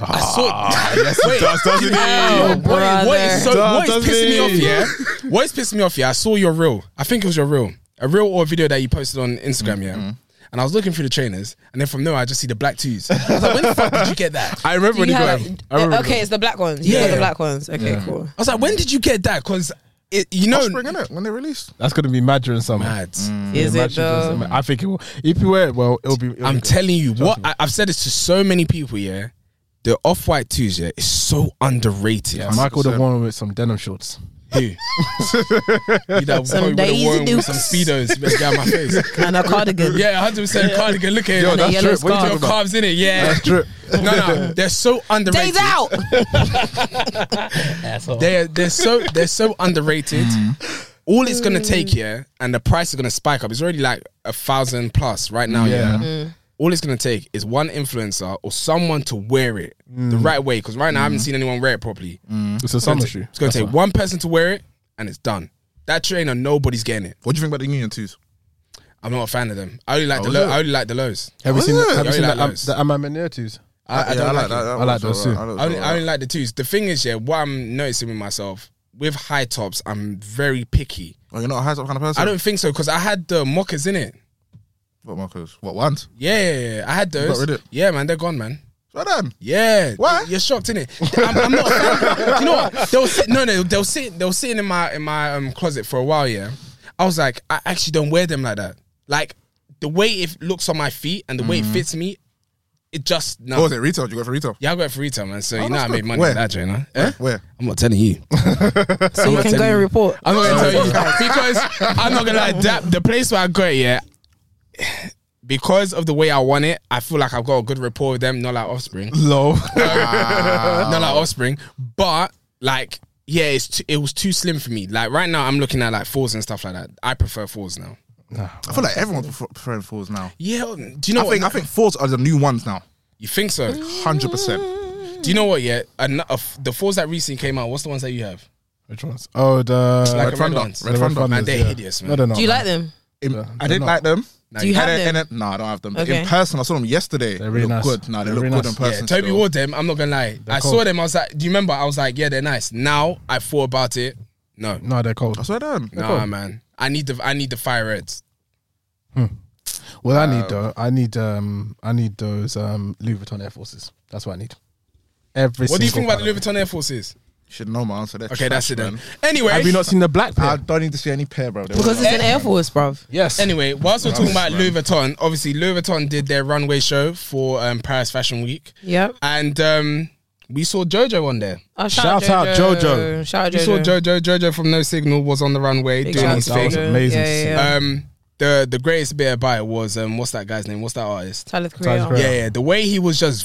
I saw.
Yes, it does, doesn't
Oh,
it?
What- what
brother.
is so?
Duh,
what is
doesn't
pissing me off?
he?
Yeah. what is pissing me off? Yeah. I saw your reel. I think it was your reel, a reel or a video that you posted on Instagram. Yeah.
Mm-hmm.
And I was looking through the trainers, and then from there I just see the black twos. I was like, when the fuck did you get that?
I remember
Do
when
you
he got.
have, uh,
it. I remember
okay, it's the black ones. You yeah.
Yeah.
the black ones. Okay, cool.
I was like, when did you get that? Because it, you know,
Spring innit? When they released.
that's gonna be Madger and something.
mad.
Mm.
Is it though?
I think it will. If you wear it well, it'll be. It'll
I'm
be
telling you what I, I've said this to so many people. Yeah, the off-white twos. Yeah, is so underrated.
Michael the one with some denim shorts.
Who? you that
Some
boy with a
Daisy
worm with
Dukes.
some speedos man, get out my face.
And a cardigan.
Yeah, hundred percent cardigan. Look at
Yo,
it.
that-
that's
yellow
drip. What are
scarf.
you talking
Your
about?
calves in it. Yeah.
That's drip.
No, no, they're so underrated.
Days out.
They're they're so they're so underrated.
Mm.
All it's gonna take here, and the price is gonna spike up. It's already like a thousand plus right now. Yeah.
Mm.
All it's gonna take is one influencer or someone to wear it the
Mm.
right way. Because right now I haven't seen anyone wear it properly.
It's a
It's
summer
gonna,
shoe.
take, it's gonna take one person to wear it, and it's done. That trainer, nobody's getting it.
What do you think about the Union twos?
I'm not a fan of them. I only
Oh,
like the
is
low.
it?
I only like the lows.
Have you seen?
yeah.
Have
Yeah,
you seen
you like
that? um,
those.
The Amamania twos.
I, I
Yeah,
don't like, it.
that.
I like those too.
I only, I only like the twos. The thing is, yeah, what I'm noticing with myself with high tops, I'm very picky.
Oh, you're not a high top kind of person.
I don't think so because I had the mockers in it.
What Marcos? What ones?
Yeah, yeah, yeah. I had those.
rid of it?
Yeah, man, they're gone, man.
What Not them.
Yeah,
Why?
You're shocked, innit? I'm, I'm not. Do you know what? They'll sit. No, no. They'll sit. They'll sitting in my in my um closet for a while. Yeah, I was like, I actually don't wear them like that. Like the way it looks on my feet and the way it fits me, it just no.
Mm. What was it? Retail? Did you go for retail?
Yeah, I got it for retail, man. So you know
that's
I made
good.
money
Where?
with that, Jane. Huh? Eh?
Where?
I'm not telling you.
So you can go and report.
I'm not gonna tell you because I'm not gonna adapt the place where I got it. Yeah, because of the way I want it, I feel like I've got a good rapport with them. Not like offspring.
Low.
Uh-huh.
not like offspring, but like yeah, it's t- it was too slim for me. Like right now, I'm looking at like fours and stuff like that. I prefer fours now.
I feel like everyone's prefer- preferring fours now.
Yeah, do you know
I
what?
think I Mm. think fours are the new ones now.
you think so?
Hundred percent.
Do you know what? Yeah, An- of the fours that recently came out. What's the ones that you have?
Which ones? Oh, the
Like
the
the red
Thunder.
ones.
Red Thunder.
Thunders,
Man, they're
yeah.
hideous, man.
No, they're not.
Do you
man.
like them?
In-
Yeah,
I
they're
didn't
not.
like them.
No,
Do you
I
have
didn't-
them?
and then- nah, I don't have them. But
Okay.
In person, I saw them yesterday.
They're really
they
nice.
look good. Nah, they
They're
look
really
good
nice.
in person.
Yeah, Toby
still.
wore them. I'm not gonna lie. I saw
cold.
them. I was like, do you remember? I was like, yeah, they're nice. Now I thought about it. No,
No, they're cold.
I swear to them.
nah, man. I need the I need the fire reds.
Well, I need though. I need um, I need those um Louis Vuitton Air Forces. That's what I need. Every.
What do you
single
think about the
colour.
Louis Vuitton Air Forces?
You should know my answer. They're
Okay, that's
trash,
it then.
man.
Anyway,
Have you not seen the black pair?
I don't need to see any pair, bro. They're
Because
all-
it's an Air Force, bruv.
yes.
Anyway, whilst we're talking about
man.
Louis Vuitton, obviously Louis Vuitton did their runway show for um, Paris Fashion Week,
Yeah.
Uh,
and um, we saw JoJo on there.
Oh,
Shout out Jojo.
Shout out
We
Jojo.
saw JoJo. JoJo from No Signal was on the runway
Big
doing
shout
his
out
That
thing.
was
Jojo.
amazing.
Yeah, yeah, yeah.
Um, the the greatest bit about it was um, what's that guy's name? What's that artist?
Talith
Tyler
Creole.
Creole.
Yeah, yeah, the way he was just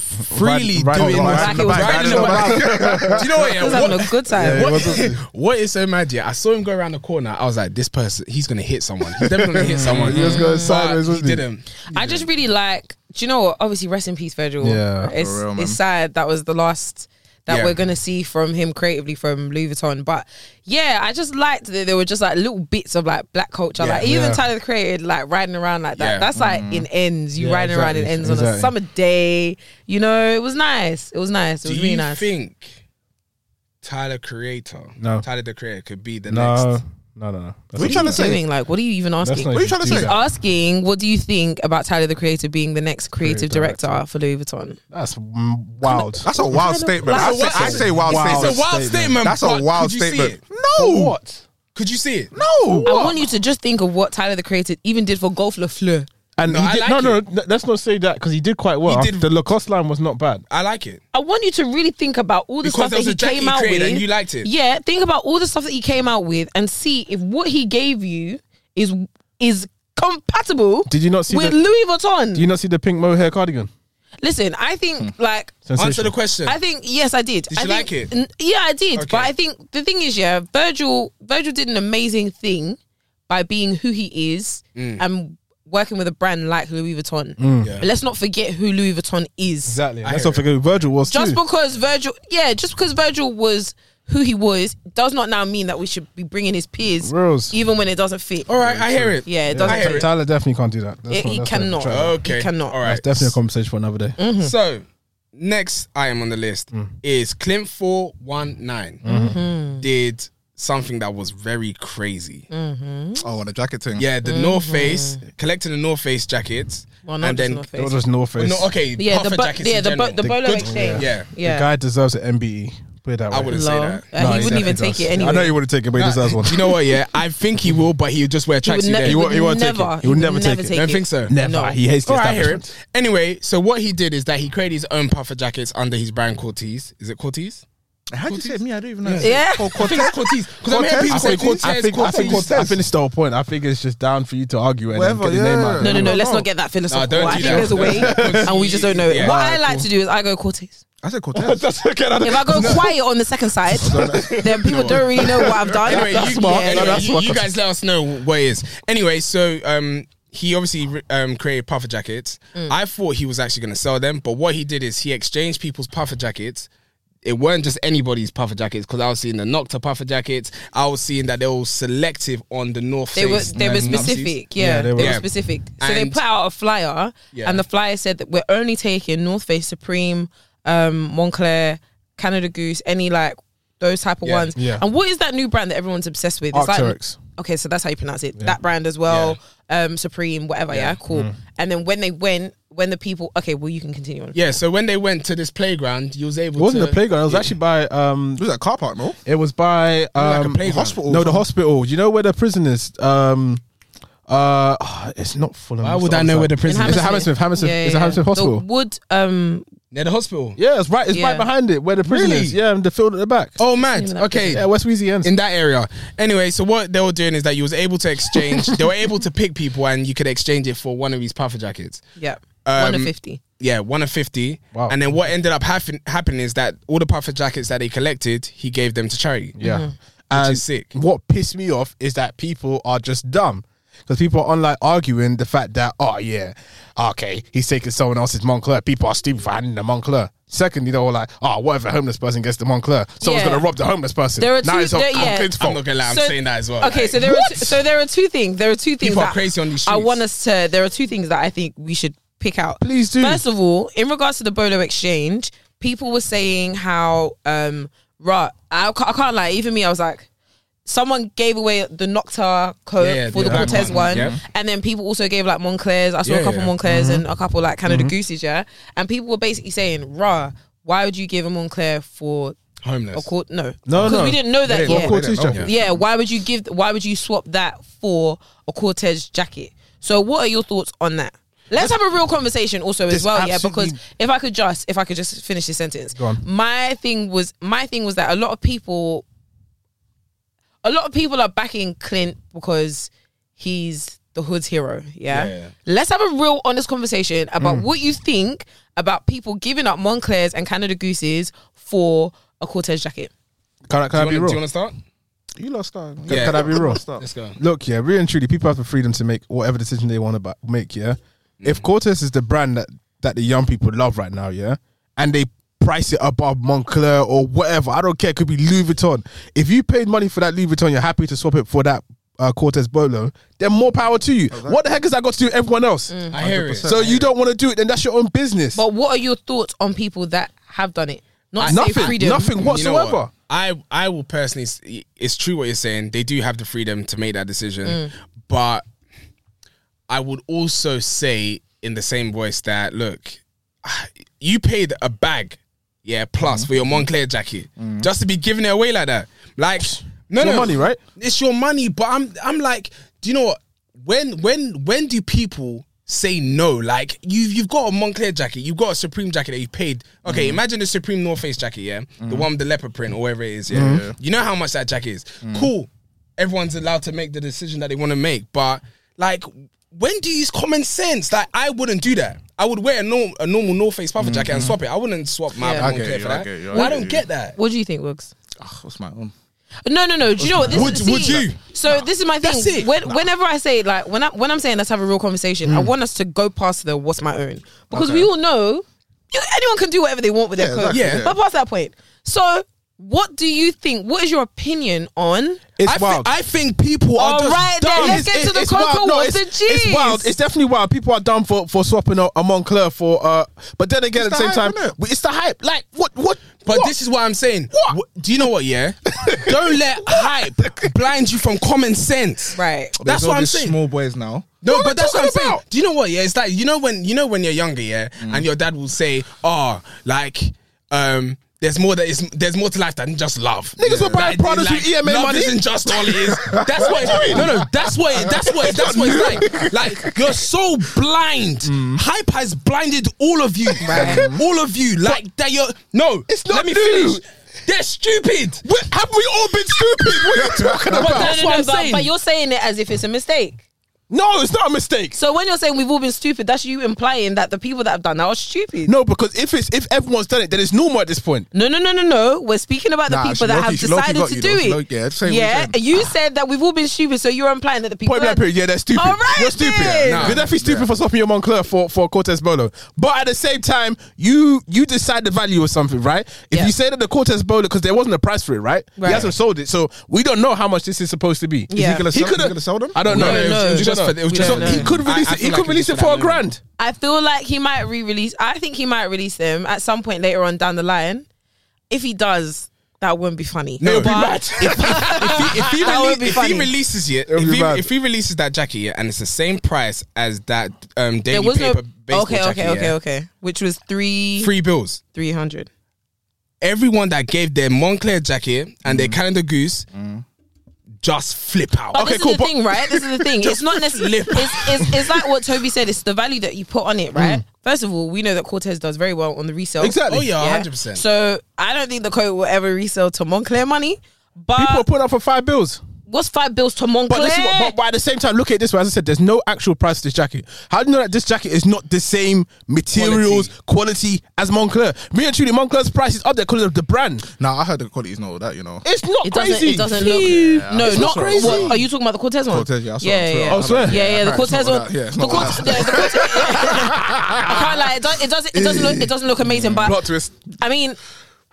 Right-
freely
right
doing
on the
back, it was
Right in
right
the
on
back. Do you know what?
He
Yeah,
was having a
what,
good time.
Yeah,
what-
it wasn't-
what is so mad? Yeah, I saw him go around the corner. I was like, this person, he's gonna hit someone. He's definitely gonna hit someone.
He was going
But
sideways,
He
wasn't he?
didn't.
I just really like. Do you know what? Obviously, rest in peace, Virgil.
Yeah, for
it's
real, man.
it's sad that was the last that
Yeah.
we're gonna see from him creatively from Louis Vuitton. But yeah, I just liked that there were just like little bits of like black culture.
Yeah.
like even
Yeah.
Tyler the Creator, like riding around like that.
Yeah. Mm-hmm.
That's like in ends. You
Yeah,
riding around in
exactly,
ends on a
exactly.
summer day. You know, it was nice. It was nice. It
Do
was really
you
nice.
think Tyler Creator,
No.
Tyler the Creator could be the
No,
next?
no, no, no. That's
What are you trying to say?
Doing like, what are you even
That's
asking?
not
What are you trying to
do
say?
that.
Asking, what do you think about Tyler the Creator being the next creative
Creative director.
director for Louis Vuitton?
That's mm, wild.
That's a wild statement. I
That's
say,
a
I
wild-
say wild
Wow.
statement.
It's a wild
Statement.
statement.
That's
but
a wild
could you see
statement.
it?
No,
what?
Could you see it?
no.
I want you to just think of what Tyler the Creator even did for Golf Lafleur.
And
No,
he
I
did,
like
no, no,
it.
no, let's not say that because he did quite well.
He did-
The Lacoste line was not bad.
I like it.
I want you to really think about all the
Because
stuff
there
that
was
he
a jacket
came
he
out with.
created and you liked it.
Yeah, think about all the stuff that he came out with and see if what he gave you is is compatible
Did you not see
with
the-
Louis Vuitton.
Do you not see the pink mohair cardigan?
Listen, I think
Hmm.
like
Answer
Sensational.
the question.
I think yes, I did.
Did
I
you
think,
like it?
n- Yeah, I did.
Okay.
But I think the thing is, yeah, Virgil Virgil did an amazing thing by being who he is and working with a brand like Louis Vuitton.
Mm.
Mm.
Yeah.
But let's not forget who Louis Vuitton is.
Exactly.
I
Let's
hear
not forget who Virgil was
just
too.
because Virgil, yeah, just because Virgil was who he was, does not now mean that we should be bringing his peers,
Rose.
even when it doesn't fit.
All right, I hear it.
Yeah, it doesn't
I hear
fit.
it.
Tyler definitely can't do that. That's
It-
not-
he
that's not-
cannot.
that's
Okay.
He cannot.
All right.
definitely a conversation for another day.
Mm-hmm.
So, next item on the list
Mm.
is Clint 419
Mm-hmm.
Mm-hmm.
did something that was very crazy.
Oh, and the jacket thing.
Yeah, the North Face, collecting the North Face jackets.
Mm-hmm. Well, not
and
just
then,
North
It was
Face.
just North Face.
No, okay,
Yeah, the
puffer
bu-
jackets
yeah,
in
the bu-
general.
the bolo
good-
exchange.
Yeah.
Yeah,
The guy deserves an MBE. Put it that way.
I wouldn't say
Lol.
that.
Uh, he wouldn't even take it anyway.
I know he wouldn't take it, but he deserves one.
Do you know what? Yeah, I think he will, but he'll just wear
He would,
tracksuit
ne-
there.
he
won't-
would
he won't take it.
never.
He would never take it.
Don't think so.
Never.
No.
He hates the
All right, I hear
establishment.
it. Anyway, so what he did is that he created his own puffer jackets under his brand Cortez. Is it Cortez?
How do you say it? me? I don't even know.
Yeah.
Oh,
I think
Cortez.
it's Cortez. Because I'm hearing people say Cortez.
I think, I think,
Cortez.
I think it's the whole point. I think it's just down for you to argue and
Whatever,
get his name out.
No, no, no.
No,
Let's
no.
not get that philosophical.
don't
I
do
think there's a way,
that.
and we just don't know it.
Yeah.
What I like to do is I go Cortez.
I said Cortez.
That's okay. no, no.
If I go quiet on the second side, then people don't really know what I've done.
anyway, you,
Yeah.
anyway,
that's
you-
smart.
you guys let us know what it is. Anyway, so um, he obviously re- um, created puffer jackets.
Mm.
I thought he was actually going to sell them, but what he did is he exchanged people's puffer jackets. It weren't just anybody's puffer jackets because I was seeing the Nocta puffer jackets. I was seeing that they were selective on the North
They were
Face um,
they were
and Nazis.
specific. Yeah,
Yeah,
they
they
were,
were.
specific. So they
And-
put out a flyer,
Yeah.
and the flyer said that we're only taking North Face, Supreme, um, Montclair, Canada Goose, any like those type of
Yeah.
ones.
Yeah.
And what is that new brand that everyone's obsessed with? It's
Arc'teryx.
like okay, so that's how you pronounce it. That brand as well, um, Supreme, whatever. Yeah, cool. And then when they went. when the people okay, well you can continue on.
Yeah, so when they went to this playground, you was able
It wasn't
to
the playground. It was actually by um.
It was at a car park, no?
It was by
like a
um.
playground.
Hospital.
no, the hospital. You know where the prison is. Um. Uh, oh, it's not Fulham.
Why
It's
would
the
I
other
know
side.
where the prison
In
It's
is?
a Hammersmith. Hammersmith.
Yeah,
it's
yeah,
a Hammersmith
yeah.
hospital.
The wood um
Near the hospital.
yeah, it's right. It's
Yeah.
right behind it where the prison
Really?
is. Yeah, and the field at the back.
Oh,
Name
mad.
of that
Okay.
yeah, West Weezy ends.
in that area. Anyway, so what they were doing is that you was able to exchange. they were able to pick people, and you could exchange it for one of these puffer jackets.
yeah.
Um,
one of fifty.
Yeah, one of fifty.
Wow.
And then what ended up happen- happening is that all the puffer jackets that they collected, he gave them to charity.
Yeah.
Which
And
is sick.
what pissed me off is that people are just dumb. Because people are online arguing the fact that, oh, yeah, okay, he's taking someone else's Montclair. People are stupid for handing the Montclair. Secondly, they're all like, oh, what if a homeless person gets the Montclair? Someone's
Yeah.
going to rob the homeless person.
There are
now
two-
it's all
there- yeah.
Conklin's
I'm
fault.
not gonna lie, I'm
So-
saying that as well.
Okay,
Like,
so there are two, so there are two things. There are two things
People are
that
crazy on these
I
streets.
want us to. There are two things that I think we should pick out.
Please do.
First of all, in regards to the Bolo exchange, people were saying how um right. I, ca- I can't lie. Even me, I was like. Someone gave away the Nocta coat
Yeah, yeah,
for the,
the black
Cortez one,
one, yeah.
and then people also gave like Montclairs. I saw
Yeah,
a couple
yeah.
Montclairs and
Mm-hmm.
a couple like Canada Gooses, yeah. And people were basically saying, "Rah, why would you give a Montclair for
homeless.
a court? No,
No,
because
no.
we didn't know that
didn't
yet.
know.
Of course, it's
Yeah.
just-
Yeah, why would you give? Why would you swap that for a Cortez jacket? So, what are your thoughts on that? Let's have a real conversation also as
Just
well, yeah.
absolutely-
Because if I could just, if I could just finish this sentence,
on.
my thing was, my thing was that a lot of people, a lot of people are backing Clint because he's the hood's hero. Yeah.
Yeah.
Let's have a real honest conversation
Mm.
about what you think about people giving up Montclairs and Canada Gooses for a Cortez jacket.
Can, I- can I be
do, you wanna, do you
real?
want to start?
You lost that.
Yeah.
Can I be real?
Let's go.
Look, yeah, really and truly, people have the freedom to make whatever decision they want to make. Yeah, if
Mm-hmm.
Cortez is the brand that that the young people love right now, yeah, and they price it above Moncler or whatever, I don't care. It could be Louis Vuitton. If you paid money for that Louis Vuitton, you're happy to swap it for that uh, Cortez Bolo. Then more power to you. What the heck has that got to do with everyone else?
I hear it.
100%.
So you don't want to do it, then that's your own business.
Mm. But what are your thoughts on people that have done it? Not to say
nothing,
freedom.
nothing
You know
whatsoever.
what? I I will personally. s- It's true what you're saying. They do have the freedom to make that decision, but I would also say in the same voice that look, you paid a bag, yeah, plus
Mm-hmm.
for your Montclair jacket just to be giving it away like that. Like no,
It's Mm-hmm. your
no
money, right?
It's your money, but I'm I'm like, do you know what? When when when do people say no? Like you you've got a Montclair jacket, you've got a Supreme jacket that you paid.
Mm.
Okay, imagine the Supreme North Face jacket, yeah, the one with the leopard print or whatever it is. Yeah,
Mm.
you know how much that jacket is. Cool. Everyone's allowed to make the decision that they want to make, but like. When do you use common sense? Like I wouldn't do that. I would wear a, norm, a normal North Face puffer jacket and swap it. I wouldn't swap my
Yeah.
Montclair
Mm-hmm. I get you,
for
I
that.
get you, I
I
get
don't
you.
get that.
What do you think, Wugs?
ah, What's my own?
No, no, no. Do you know what this
Would-
is? see,
would you?
So this is my thing.
That's it.
When, Whenever I say like when I when I'm saying let's have a real conversation,
Mm.
I want us to go past the what's my own because we all know you, anyone can do whatever they want with their
Yeah,
clothes.
exactly,
yeah.
But past that point, so what do you think? What is your opinion on?
It's
I, thi-
wild.
I think people are
All
just
right then,
dumb.
let's get to the cocoa, what's
it's,
the
it's
cheese?
wild. It's definitely wild. People are dumb for, for swapping a, a Montclair for. Uh, but then again,
It's
at the
the
same
hype,
time,
innit?
we- it's the hype. Like what? What?
But
what?
this is what I'm saying.
What?
Wh- Do you know what? Yeah, don't let hype blind you from common sense.
Right.
That's
There's all
what I'm
these
saying.
Small boys now.
What
No,
are we
but that's what I'm
talking
saying.
about? Mm.
Do you know what? Yeah, it's like you know when you know when you're younger, yeah, and your dad will say, "Oh, like, um." There's more that is there's more to life than just love.
Niggas were buying products with EMA
love
money.
Isn't just all it is. That's what. It, no, no. That's what. It, that's what. It, that's what it's like. Like you're so blind.
Mm.
Hype has blinded all of you. All of you. Like that. You're no.
It's not
Let me
new.
finish. They're stupid.
Wait, have we all been stupid? what are you talking
But
about?
that's
no, no,
what
no,
I'm
but,
saying.
but you're saying it as if it's a mistake.
No, it's not a mistake.
So when you're saying we've all been stupid, that's you implying that the people that have done that are stupid.
No, because if it's if everyone's done it, then it's normal at this point.
No, no, no, no, no. We're speaking about the
Nah,
people
she-
that
Loki-
have
she- Loki
decided
got
to
you,
do
though. She
it.
lo- yeah, say what
yeah.
you're
You said that we've all been stupid, so you're implying that the people.
Point blank
that-
period. Yeah, they're stupid.
All right
You're stupid.
then.
Nah.
You're definitely stupid for swapping your Montclair for for Cortez Bolo. But at the same time, you you decide the value of something, right? If
Yeah.
you say that the Cortez Bolo, because there wasn't a price for it, right?
Right.
He hasn't sold it, so we don't know how much this is supposed to be.
Yeah.
Is he gonna
He
sell, is he
coulda-
gonna sell them?
I don't know.
don't
It was-
know.
it was
We
just
don't
for- it was
know.
just-
We don't
He
know.
could
I-
release
I
it. He
feel
could
like
release
it's
it for
for
a
that
grand.
I feel like he might re-release. I think he might release them at some point later on down the line. If he does, that wouldn't be funny.
No, it'd be
But-
mad. if he, if he,
That
rele-
would be
if he
funny.
releases it,
It'll
if
be
he,
mad.
if he releases that jacket yeah, and it's the same price as that um, daily
was no-
paper baseball
okay,
jacket,
okay, okay,
yeah?
okay. Which was three
Three bills.
three hundred.
Everyone that gave their Montclair jacket and
Mm.
their Calendar Goose just flip out.
But
okay,
this
cool.
is the
but-
thing, right? This is the thing. It's not necessarily. It's, it's, it's like what Toby said. It's the value that you put on it, right? First of all, we know that Cortez does very well on the resale.
Hmm. Exactly.
Oh yeah,
Yeah.
hundred percent.
So I don't think the coat will ever resell to Montclair money. But
People are putting up for five bills.
what's five bills to Montclair?
But, this is what, but, but at the same time, look at it this way. As I said, there's no actual price to this jacket. How do you know that this jacket is not the same materials, quality, as Montclair? Me and truly, Montclair's price is up there because of the brand.
Nah, I heard the quality is not all that, you know.
It's not
it doesn't.
crazy.
It doesn't look. no,
it's
not
not crazy.
What, are you talking about the Cortez one?
Cortez, yeah, I saw it
yeah,
on
yeah,
Twitter.
yeah.
I swear.
Yeah, yeah. The
Nah, it's
Cortez
not
one.
that- yeah, it's
the
not
Cortez.
that.
yeah, the Cortez. I can't lie. It, does, it doesn't. It doesn't look. It doesn't look amazing. But
Plot twist.
I mean,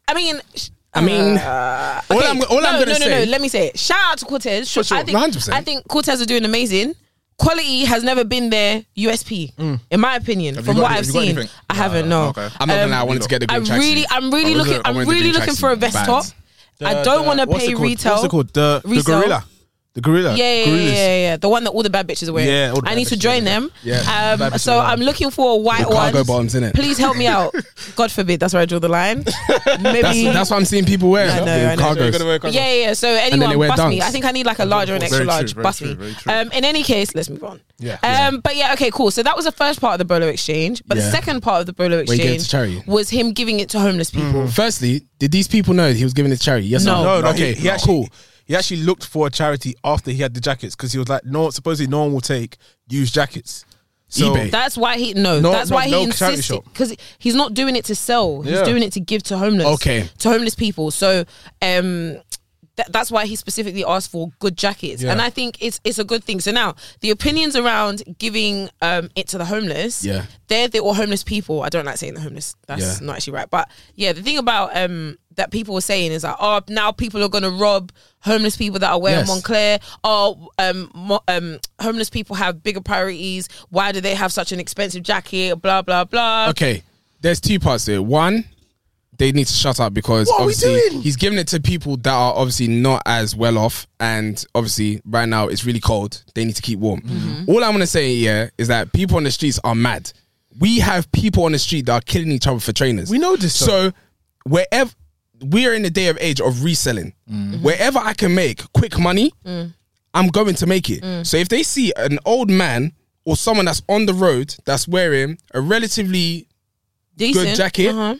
I mean, sh- uh,
I mean, all
okay,
I'm, all
no,
I'm
no,
gonna
no,
say.
no. Let me say it. Shout out to Cortez. Sure,
sure.
I think,
100%.
I think Cortez are doing amazing. Quality has never been their USP, in my opinion.
you
from
got
what
any-
I've
Mm. have you got
seen,
anything?
I haven't.
No,
No,
okay.
I'm not
Um,
gonna lie. I wanted to get the
I
green tracksuit.
really, I'm really
I was-
looking.
I
I'm
wanted the
really
green
looking for a
tracksuit
vest
bad.
top. I don't want to
Uh, What's
pay
it called?
retail.
What's it called? The, the
Resale.
gorilla. The gorilla.
Yeah, yeah, yeah,
Gorillas.
yeah, yeah. The one that all the bad bitches are wearing.
Yeah, all the
I
bad
need to
bitches
join
are
them.
Yeah,
Um, so I'm looking for a white
The cargo
one.
bottoms, innit?
Please help me out. God forbid. That's where I draw the line. Maybe.
That's, that's what I'm seeing people wear.
I know, I know.
Cargos.
yeah, yeah, yeah. So
then
anyone,
they wear
bust me.
dunks.
I think I need like a large or an extra
Very true,
large.
very
Bust
true,
me.
very true.
Um, in any case, let's move on.
Yeah.
Um, but yeah, okay, cool. So that was the first part of the Bolo Exchange. But the
Yeah.
second part of the Bolo
Where you gave it to
Exchange
charity.
was him giving it to homeless people.
Firstly, did these people know he was giving it to charity? Yes. or
No.
Mm. No, no,
okay.
he, he actually, He actually looked for a charity after he had the jackets because he was like, no, supposedly no one will take used jackets. So
eBay.
That's why he no.
No,
that's
no,
why he
no charity
insisted
shop.
because he's not doing it to sell. He's
Yeah.
doing it to give to homeless.
Okay.
to homeless people. So, um. tha- That's why he specifically asked for good jackets, and I think it's it's a good thing. So now the opinions around giving um, it to the homeless,
Yeah.
they're the or homeless people. I don't like saying the homeless. That's
Yeah.
not actually right. But yeah, the thing about um that people were saying is like, oh, now people are gonna rob homeless people that are wearing
Yes.
Montclair. Oh, um, mo- um, homeless people have bigger priorities. Why do they have such an expensive jacket? Blah blah blah.
Okay. There's two parts to it. One, they need to shut up because
What are we
obviously
doing?
he's giving it to people that are obviously not as well off, and obviously right now it's really cold. They need to keep warm.
Mm-hmm.
All I'm gonna say yeah is that people on the streets are mad. We have people on the street that are killing each other for trainers.
We know this,
So wherever we are in the day of age of reselling,
Mm-hmm.
wherever I can make quick money,
Mm.
I'm going to make it. So if they see an old man or someone that's on the road that's wearing a relatively
Decent.
good jacket.
Uh-huh.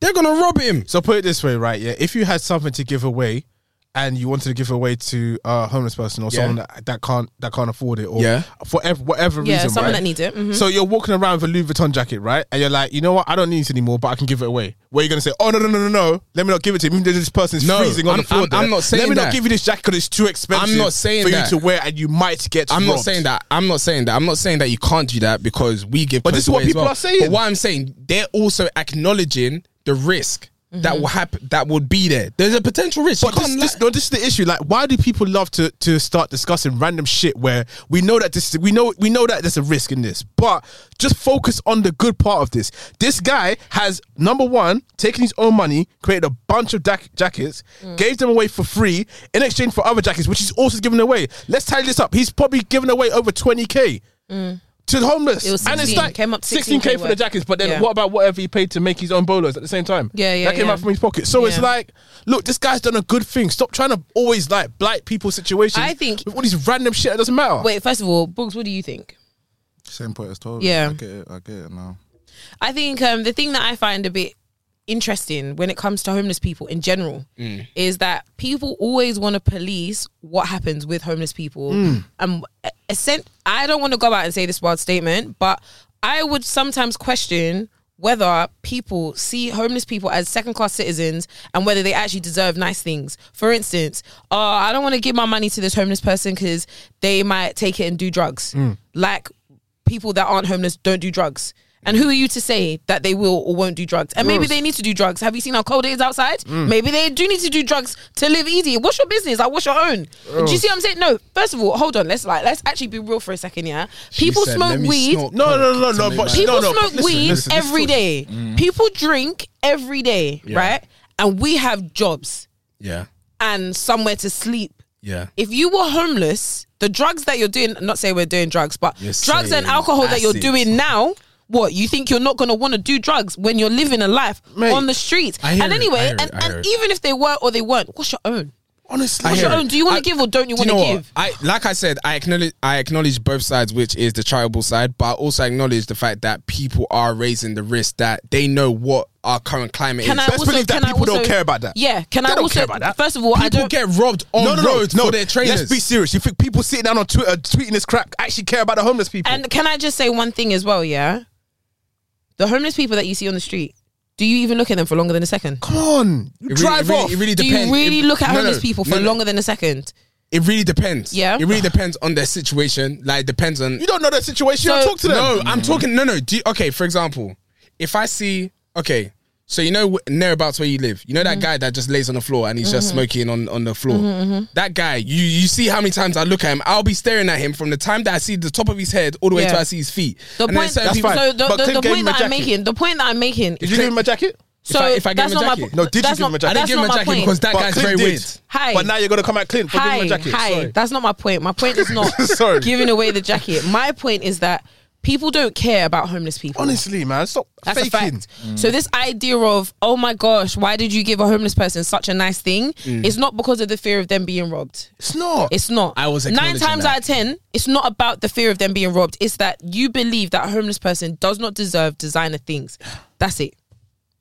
They're gonna rob him.
So put it this way, right? Yeah, if you had something to give away, and you wanted to give away to a homeless person or
Yeah.
someone that, that can't that can't afford it, or
Yeah.
for ev- whatever
Yeah,
reason,
someone
right?
that needs it. Mhm.
So you're walking around with a Louis Vuitton jacket, right? And you're like, you know what? I don't need this anymore, but I can give it away. Where you gonna say, oh no no no no no, let me not give it to him. Even though this person's
No,
freezing on
I'm-
the floor.
I'm-
there.
I'm not saying
Let me
that.
not give you this jacket because it's too expensive.
I'm not saying
for
that.
you to wear, and you might get.
I'm not
robbed.
saying that. I'm not saying that. I'm not saying that you can't do that because we give.
But this
clothes
is what
away as
people are
well.
saying.
But what I'm saying, they're also acknowledging the risk
Mm-hmm.
that will happen. That would be there. There's a potential risk.
But
You
this,
can't
this,
lie.
no, this is the issue. Like, why do people love to to start discussing random shit where we know that this we know we know that there's a risk in this, but just focus on the good part of this. This guy has number one taken his own money, created a bunch of jack- jackets,
Mm.
gave them away for free in exchange for other jackets, which he's also given away. Let's tally this up. He's probably given away over twenty k. To the homeless,
Mm. It was 16, came up
16K for the
worth.
jackets, but then
Yeah.
what about whatever he paid to make his own bolos at the same time?
Yeah, yeah,
that came
yeah.
out from his pocket. So it's
Yeah.
like, look, this guy's done a good thing. Stop trying to always like blight people's situations.
I think-
with all these random shit that doesn't matter.
Wait, first of all, Boogs, what do you think?
Same point as Toby.
Yeah.
I get it. I get it now.
I think um, the thing that I find a bit interesting when it comes to homeless people in general is that people always want to police what happens with homeless people. Um, ascent, I don't want to go out and say this wild statement, but I would sometimes question whether people see homeless people as second class citizens and whether they actually deserve nice things. For instance, uh, I don't want to give my money to this homeless person because they might take it and do drugs. Like people that aren't homeless don't do drugs. And who are you to say that they will or won't do drugs? And maybe they need to do drugs. Have you seen how cold it is outside?
Mm.
Maybe they do need to do drugs to live easy. What's your business? Like, what's your own? Do you see what I'm saying? No. First of all, hold on. Let's like let's actually be real for a second. Yeah, people
said,
smoke
"Let me
weed.
snort
no,
coke
no, no,
to
no,
make
but
my-
she-
People
no.
smoke
Listen,
weed
listen, this
every
was-
day.
Mm.
People drink every day, right? And we have jobs
yeah,
and somewhere to sleep.
yeah.
If you were homeless, the drugs that you're doing, not say we're doing drugs, but
You're
drugs and
saying
alcohol that you're
acid.
doing now What you think you're not gonna want to do drugs when you're living a life
Mate,
on the streets?
I hear
And
it, I
anyway,
hear it,
and,
I hear
and
it.
even if they were or they weren't, what's your own?
Honestly,
I
What's
hear
your
it.
own? Do you want
I-
to give or don't you
Do
want
you
to
know what?
give?
I like I said, I acknowledge I acknowledge both sides, which is the charitable side, but I also acknowledge the fact that people are raising the risk that they know what our current climate
Can
is.
I
Best
also,
believe that
can I
people don't
also-
care about that.
Yeah. Can I
don't
also?
care about that.
First of all, I
people
don't.
get robbed on
no, no, no,
roads
no.
for their trainers.
Let's be serious. You think people sitting down on Twitter tweeting this crap actually care about the homeless people?
And can I just say one thing as well? Yeah, the homeless people that you see on the street, do you even look at them for longer than a second?
Come on, you
It really-
drive
it really,
off.
It really
Do
depends.
you really
It-
look at
no, no,
homeless people for
no, no.
longer than a second?
It really depends.
Yeah.
It really depends on their situation. Like it depends on
you don't know their situation. you
So-
don't talk to them.
No, I'm talking. No, no. Do you- okay, for example, if I see okay, so you know wh- nearabouts where you live. You know
Mm-hmm.
that guy that just lays on the floor and he's just smoking on on the floor.
mm-hmm.
That guy, you you see how many times I look at him. I'll be staring at him from the time that I see the top of his head all the way
Yeah.
till I see his feet.
The
And then
point.
certain
That's
people-
fine.
So the,
But
the-
Cliff
the
gave
point
him a
that I'm
jacket.
making. The point that I'm making.
Did you give him a jacket?
So
I- if I gave
that's
him a
not my
jacket?
po-
No, did you
that's
give him
not-
a jacket? I
that's
didn't give him
not
a
my
jacket
point.
because that
But
guy's
Cliff
very
did.
weird.
Hi.
But now you're gonna come at Clint for
Hi,
giving him a jacket.
hi.
Sorry.
That's not my point. My point is not
Sorry.
giving away the jacket. My point is that people don't care about homeless people.
Honestly, man, stop
That's a
faking.
fact.
Mm.
So this idea of oh my gosh, why did you give a homeless person such a nice thing?
Mm.
It's not because of the fear of them being robbed.
It's not.
It's not.
I was
nine
acknowledging
times
that.
out of ten. It's not about the fear of them being robbed. It's that you believe that a homeless person does not deserve designer things. That's it.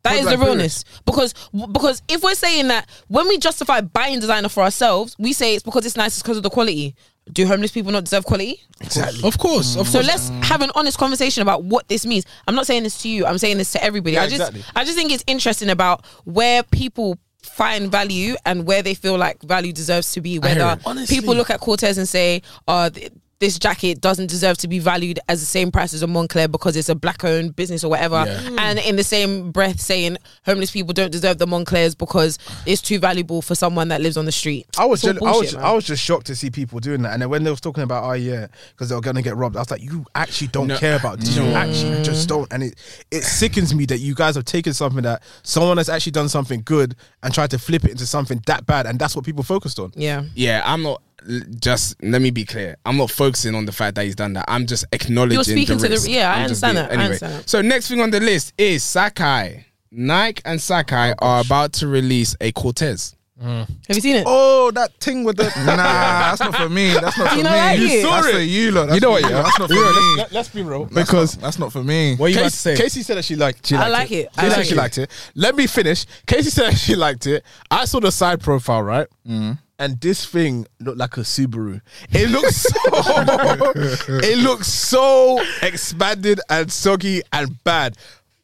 That is
Point
the
blank
realness. Because because if we're saying that when we justify buying designer for ourselves, we say it's because it's nice. It's because of the quality. Do homeless people not deserve quality?
exactly. Mm.
Of course, of
So
course.
let's have an honest conversation about what this means. I'm not saying this to you. I'm saying this to everybody.
Yeah,
I just
exactly.
I just think it's interesting about where people find value and where they feel like value deserves to be. Whether
it.
Honestly.
people look at Cortez and say, "Uh, th- this jacket doesn't deserve to be valued as the same price as a Montclair because it's a black-owned business or whatever,"
Yeah.
and in the same breath saying homeless people don't deserve the Montclairs because it's too valuable for someone that lives on the street.
I was
It's all
just, I was
bullshit, man.
I was just shocked to see people doing that, and then when they was talking about oh yeah, because they were gonna get robbed, I was like, you actually don't
No.
care about this. You actually just don't, and it it sickens me that you guys have taken something that someone has actually done something good and tried to flip it into something that bad, and that's what people focused on.
yeah.
yeah, I'm not. l- Just let me be clear. I'm not focusing on the fact that he's done that. I'm just acknowledging.
You're speaking
the
to the-
risk.
yeah, I
I'm just
understand
being-
that. I understand that.
So next thing on the list is Sakai. Nike and Sakai are about to release a Cortez.
Have you seen it?
Oh, that thing with the nah, that's not for me. That's not for
You know,
me.
like it.
that's for you, lot. That's
You know
for
what? Yeah,
That's not for me.
Let's be real.
That's
Because
not- that's not for me.
What you about to
Casey,
say?
Casey said that she liked. She
I like
liked
it. I
Casey said
like
she
it.
liked it. Let me finish. Casey said she liked it. I saw the side profile, right?
Mm.
And this thing looked like a Subaru. It looks so. it looks so expanded and soggy and bad.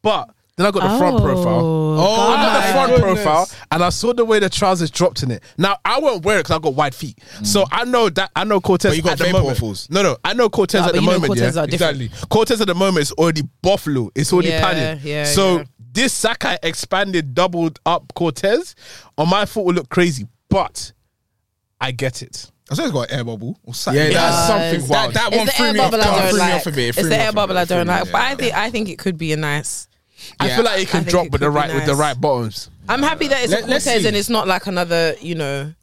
But then I got the front profile.
Oh,
I got
my
the front
goodness.
profile and I saw the way the trousers dropped in it. Now I won't wear it because I got wide feet, so I know that I know Cortez.
Mm. But you got
at the
vape
moment.
waffles.
No, no, I know Cortez
Ah,
at
but
the
you know
moment.
Cortez
yeah,
are different.
exactly. Cortez at the moment is already buffalo. It's already
Yeah,
padded.
yeah,
so
yeah.
this Sakai expanded, doubled up Cortez on my foot will look crazy, but I get it.
I said it's got an air bubble. Or something.
Yeah, that's
Guys.
something wild. That, that one
it's the
threw
air
me off.
bubble
That one
I
threw
don't
me
like.
off a bit. It
It's
threw me
the air
off a
bubble
bit.
I
It threw
don't
me off
like.
a
But
bit.
I think I think it could be a nice.
I
Yeah,
feel like it can
think
drop
it
with the
could be
right with the
nice.
right bottoms.
I'm happy that it's
Let-
a
let's
Cortez
see.
and it's not like another you know,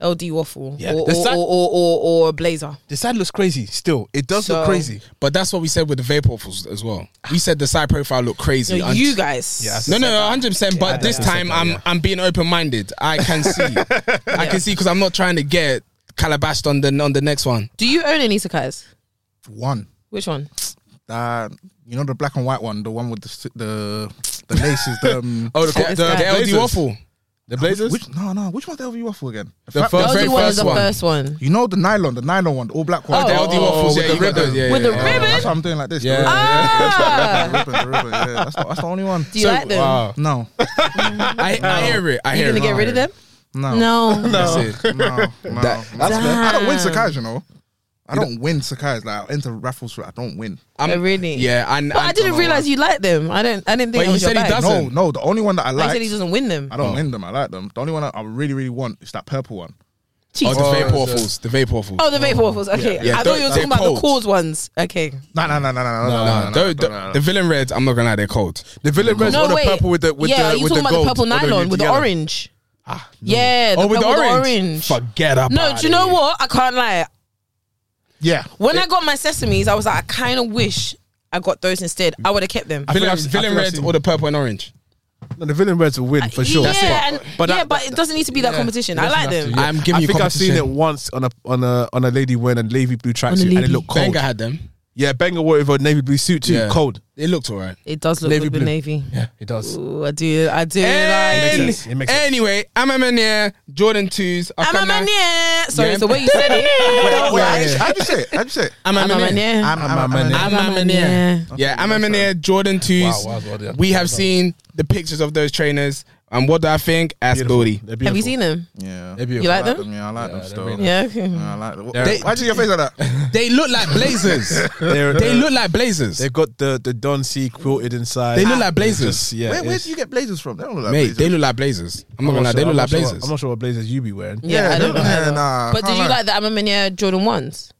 LD waffle
Yeah.
or,
The
or,
sa-
or, or, or or a blazer.
The side looks crazy. Still, it does
So-
look crazy.
But that's what we said with the vape waffles as well. We said the side profile looked crazy.
No,
Unt-
you guys.
Yeah, that's
No, no, hundred percent.
Yeah, I
But this
definitely
time,
said that,
I'm
yeah.
I'm being open minded. I can see, I can see, because I'm not trying to get calabashed on the on the next one.
Do you own any Sakai's?
One.
Which one?
Uh, you know the black and white one, the one with the s- the the laces. The, um,
Oh, the,
What
the,
is that?
the LD
Blazers.
waffle.
The Blazers.
Which, no, no. Which one's the LV waffle again?
The
fat-
first-
LD
very
one
first
is the
one.
first one.
You know the nylon, the nylon one, the all black one.
Oh,
The LD waffles.
with
Yeah,
the
you got
ribbon.
those. Yeah,
With
yeah,
the
yeah.
ribbon.
That's what I'm doing like this. the
Yeah.
ribbon.
Ah.
The ribbon, the ribbon, yeah. That's, not, that's the only one.
Do you like them?
wow.
No,
I, I hear it. I
you
hear
gonna
it.
get rid of them?
Oh.
no,
No.
That's it.
no, no.
that's
Damn.
I don't win Sakai's, you know. I don't win Sakai's. Like I enter raffles for. it, I don't win.
I'm-
Oh, really?
Yeah, and
But I, didn't realize you liked them. I didn't. I didn't think.
But
it
he
was
said
your
he
bag.
doesn't. Oh,
No, no. The only one that I
He
like.
said he doesn't win them.
I don't win them. I like them. The only one I really, really want is that purple one.
Oh,
Jesus.
the
Oh,
vape waffles. The vape waffles.
the vape waffles. Okay,
Yeah,
I
they're-
thought you were
they're
talking about
cold.
the cold ones. Okay.
No, no, no, no, no, no,
Nah,
no,
tho- tho- the villain reds. I'm not gonna lie, they're cold.
The villain reds
No,
or the
wait.
purple with the with
yeah,
the
you
with
talking
the
about
gold
the purple
or the
nylon with the
yellow.
orange? Yeah,
Oh, with the
purple
orange. Forget about
No, do you know
it.
what? I can't lie.
Yeah.
When I got my sesames, I was like, I kind of wish I got those instead, I would have kept them.
I feel
Villain,
like I've- I
villain
think I've
reds
seen-
or the purple and orange.
No, the villain reds will win for sure.
Uh, Yeah, and,
But
yeah,
that-
but it doesn't need to be that
yeah,
competition.
it
I
doesn't
like
have
them.
to, yeah.
I'm giving
I
you
think I've seen it
competition.
once on a on a on a lady wearing a navy blue tracksuit and it
lady.
looked cold.
Benga had them.
Yeah, Benga wore it with a navy blue suit too.
Yeah.
Cold.
It looked alright.
It does look
Navy
navy good with
blue.
navy.
Yeah, it does.
Ooh, I do. I do. like
An-
it.
sense. It makes sense.
Anyway, I'm a manier, Jordan 2s.
I'm a man. yeah. Sorry,
Yeah.
it's the way you said it.
Wait,
yeah,
how'd you-
yeah.
how'd you say it? How'd you say it?
I'm a
I'm a man.
manier.
yeah.
I'm, I'm, I'm,
I'm
I'm
a
a
manier.
manier.
Yeah, I'm a manier, Jordan 2s.
Wow, wow, wow, yeah.
We have seen the pictures of those trainers. And what do I think? As
Beautiful.
Bodhi.
Have
They're
you
beautiful.
seen them?
Yeah.
They're beautiful.
You like
I like
them?
them, yeah, I like them
they're
still.
really
Yeah. okay.
Yeah, I like them. What-
They're-
Why'd you do your face like that?
They look like blazers.
They're-
they look like blazers.
They've got the the Don C quilted inside.
They look like blazers.
Just- yeah,
Where, where
it's-
do you get blazers from? They don't look like
Mate,
blazers.
they look like blazers. I'm not
I'm
gonna lie,
not
they
sure-
look
I'm
like
not sure-
blazers.
I'm not sure what blazers you be wearing.
Yeah,
Yeah,
I don't know.
they-
either.
nah,
but did
can't
you
lie.
like the Amamania Jordan ones?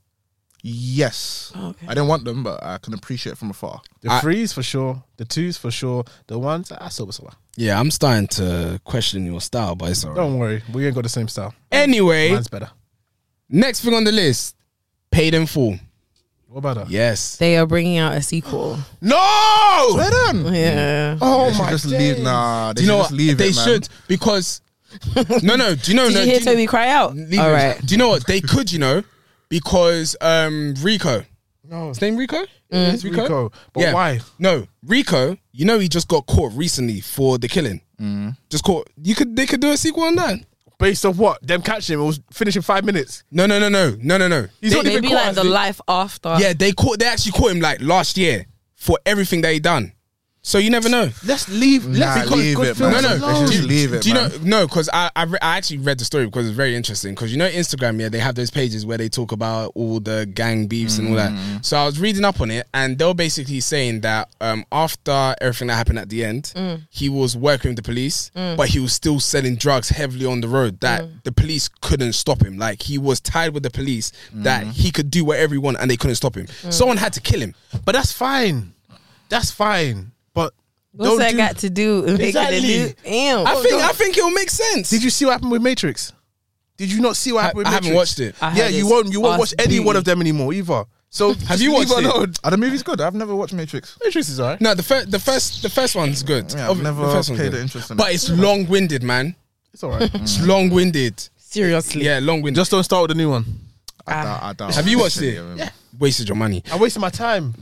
Yes.
Okay.
I didn't want them, but I can appreciate from afar.
The
I-
threes for sure. The twos for sure. The ones, ah, so so.
Yeah, I'm starting to question your style, but it's alright.
Don't worry, we ain't got the same style.
Anyway,
Mine's better.
next thing on the list, paid in full.
What about that?
Yes.
They are bringing out a sequel.
No.
Well
Mm.
done.
Yeah.
Oh my just leave. Nah,
Do
they
you know
should
what?
just leave
they
it, man.
should because no, no. Do you know?
Did
no,
you hear
do
Toby cry out?
leave
All
it.
right.
Do you know what they could? You know, because um Rico. No. His name Rico. It's Rico.
Rico. But why?
No, Rico. You know he just got caught recently for the killing.
Mm-hmm.
Just caught. You could. They could do a sequel on that.
Based on what? Them catching him. It was finished in five minutes.
No, no, no, no, no, no, no.
He's not even
Maybe
caught.
like
has
the
he?
life after.
Yeah, they caught. They actually caught him like last year for everything that he done. So you never know.
Let's leave.
Nah,
Let's
leave
good
it,
films
No,
man.
no.
Let's
alone.
just leave it,
Do you
man.
know? No, because I I, re- I actually read the story because it's very interesting. Because you know Instagram, yeah, they have those pages where they talk about all the gang beefs and all that. So I was reading up on it, and they were basically saying that um, after everything that happened at the end, he was working with the police, but he was still selling drugs heavily on the road. That the police couldn't stop him. Like he was tied with the police that he could do whatever he wanted, and they couldn't stop him. Someone had to kill him.
But that's fine. That's fine. But
What's
don't
that
do-
got to do? with making a
Exactly.
new- Damn.
I think I think it'll make sense.
Did you see what happened with Matrix? Did you not see what happened? with
I
Matrix?
haven't watched it.
I
yeah,
heard
you
it's
won't. You won't watch
ass
any one
booty.
of them anymore either. So
Have you
just leave
watched it?
alone.
Are the movies good? I've never watched Matrix.
Matrix is alright.
No, the first, the first, the first one's good.
Yeah,
Ob-
I've never
the first
paid the interest in
but
it.
it's long-winded, man.
It's alright.
It's long-winded.
Seriously.
Yeah, long-winded.
Just don't start with the new one.
I
Ah.
doubt, I doubt.
Have you watched it?
Yeah.
Yeah.
wasted your money.
I wasted my time.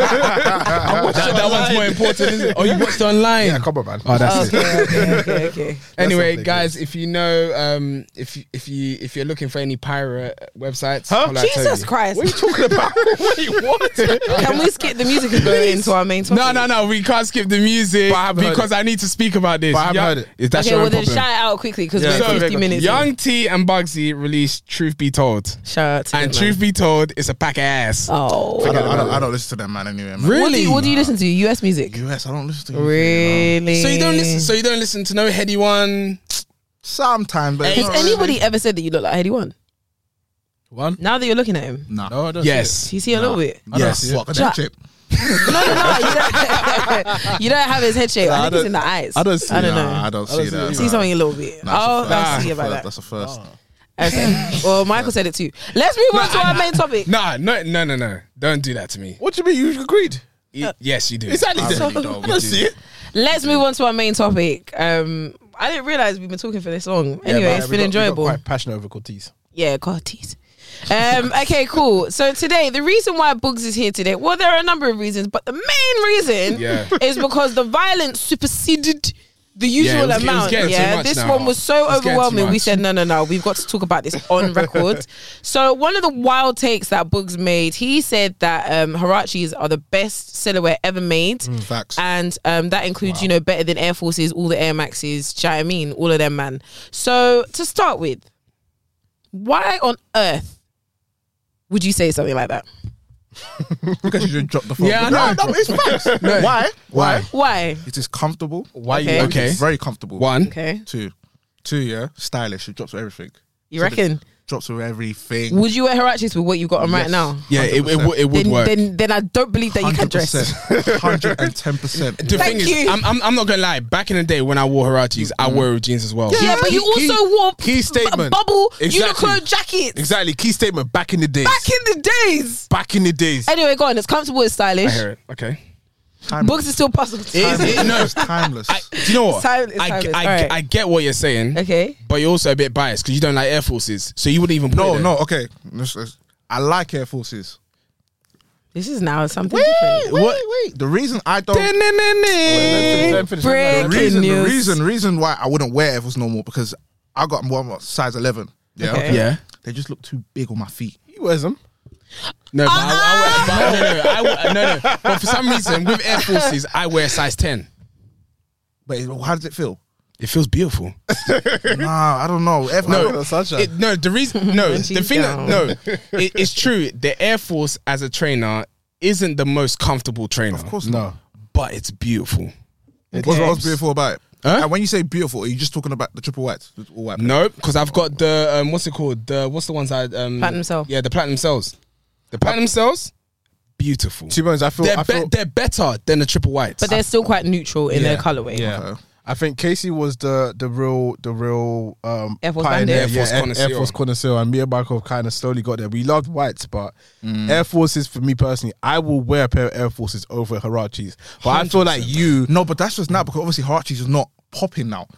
That, that one's more important, isn't it? Oh, you watched online.
Come on, man.
Oh, that's it.
Okay, okay, okay, okay.
Anyway,
something,
guys, if you know, um, if you, if you if you're looking for any pirate uh, websites,
Huh?
holla at
Jesus
Toby.
Christ.
talking about? Wait, what?
Can we skip the music and go into our main topic?
No, no, no. We can't skip the music
But I haven't heard
because I need to speak about this.
But I haven't
Yeah.
heard it.
Is that
Okay,
your
well
own
then
problem?
shout it out quickly because
Yeah.
we're
So,
50 minutes. in.
Young T and Bugsy released "Truth Be Told,"
Shout out to
and
them,
truth be told, it's a pack of ass.
man. Oh.
I don't, I, don't, I don't listen to them, man, anyway, man.
What do you, what do you listen to? US music.
US, I don't listen to you.
Really?
So you don't listen. So you don't listen to no heady one.
Sometimes, but it's
Has
Has
not really-
anybody ever said that you look like Heady One?
One?
Now that you're looking at him,
Nah.
No, I don't.
Yes.
do you see a little bit?
I don't
Yes.
fuck with
Shut-
that chip.
No, no, no. You don't, you don't have his head shape.
Nah,
I
I
think it's
don't-
in the eyes.
I don't see
I don't
Nah,
know.
I don't see
see it.
that.
see
nah.
something a little bit.
Nah,
oh,
that's a
I'll
first.
see about that.
That's a first.
Okay. Well, Michael said it too. Let's move on to our main topic.
Nah, no, no, no, no. Don't do that to me.
What do you mean? You agreed?
Uh,
Y- yes, you do. Um,
Exactly.
I
then.
really don't.
I don't see it.
Let's move on to our main topic. Um, I didn't realize we've been talking for this long. Anyway, it's been enjoyable.
Quite passionate over Cortez.
Yeah, God, tease. Um, okay, cool. So today, the reason why Bugs is here today, well, there are a number of reasons, but the main reason
Yeah.
is because the violence superseded the
Yeah, it
usual
was- it was
amount.
getting too
yeah,
much
this
now.
one was so
It's getting too
overwhelming. We
much.
said, no, no, no, we've got to talk about this on record. So one of the wild takes that Bugs made, he said that um, Harachis are the best silhouette ever made.
Mm.
Facts.
And um, that includes, you know, better than Air Forces, all the Air Maxes, do you know what I mean? All of them, man. So to start with, why on earth would you say something like that?
Because you just dropped the phone.
Yeah, I
no,
know.
no, it's facts. Why? Why?
Why?
It is comfortable.
Why
Okay.
you
Okay.
It's very comfortable.
One.
Okay.
Two. Two, yeah. Stylish. It drops everything.
You reckon?
drops with everything.
Would you wear Hirachis with what you've got on right
Yes.
now?
Yeah, it, it, would- it would
Then,
work.
then, then I don't believe that you can dress.
Hundred and ten percent.
the
Thank
thing is,
you.
I'm, I'm, I'm not gonna lie. Back in the day when I wore Hirachis, I wore it with jeans as well.
Yeah, but you
Key-
also wore
key
b-
statement.
bubble
Exactly.
Uniqlo jackets
Exactly. Key statement. Back in the days.
back in the days.
Back in the days.
Anyway, go on. It's comfortable. It's
I
stylish.
hear it. Okay.
Books is still possible. To
is-
find.
it- no.
it's timeless.
I, do you know what?
Silence,
I,
silence.
I,
Alright.
I get what you're saying,
Okay.
but you're also a bit biased because you don't like Air Forces, so you wouldn't even. Put it
no,
there.
no, okay. Let's- let's- I like Air Forces.
This is now something different.
What? Wait, the reason I don't. the
Breaking
reason, the
news.
reason, reason why I wouldn't wear Air Force no more because I got one what, size eleven. Yeah,
Okay.
Yeah.
They just look too big on my feet.
He wears them.
No, but,
Uh-uh.
I, I, wear- but no, no, I, wear- no, no. But for some reason, with Air Forces, I wear a size ten.
But it- how does it feel?
It feels beautiful.
nah, I don't know. Air Force-
No, sunshine.
It, no, the reason, no, the
she's
thing, that-
down.
no, it, it's true. The Air Force as a trainer isn't the most comfortable trainer,
of course
no.
but it's beautiful.
What's, what's beautiful about it?
Huh?
And when you say beautiful, are you just talking about the triple whites? The all white?
No, because I've got the um, what's it called? The what's the ones I um,
Platinum Cell.
Yeah, the platinum cells. The platinum cells, beautiful.
Two bones. I feel.
They're,
I,
be-
feel
they're better than the triple whites.
But they're still quite neutral in their colorway.
Okay.
I think Casey was the the real the real um,
Air Force
pioneer.
bandit.
Air Force
yeah, Air,
connoisseur.
Air Force connoisseur, and me and Michael kind of slowly got there. We loved whites, but Air Forces for me personally, I will wear a pair of Air Forces over Hirachis. But I feel like you.
No, but that's just now because obviously Harachis is not popping now.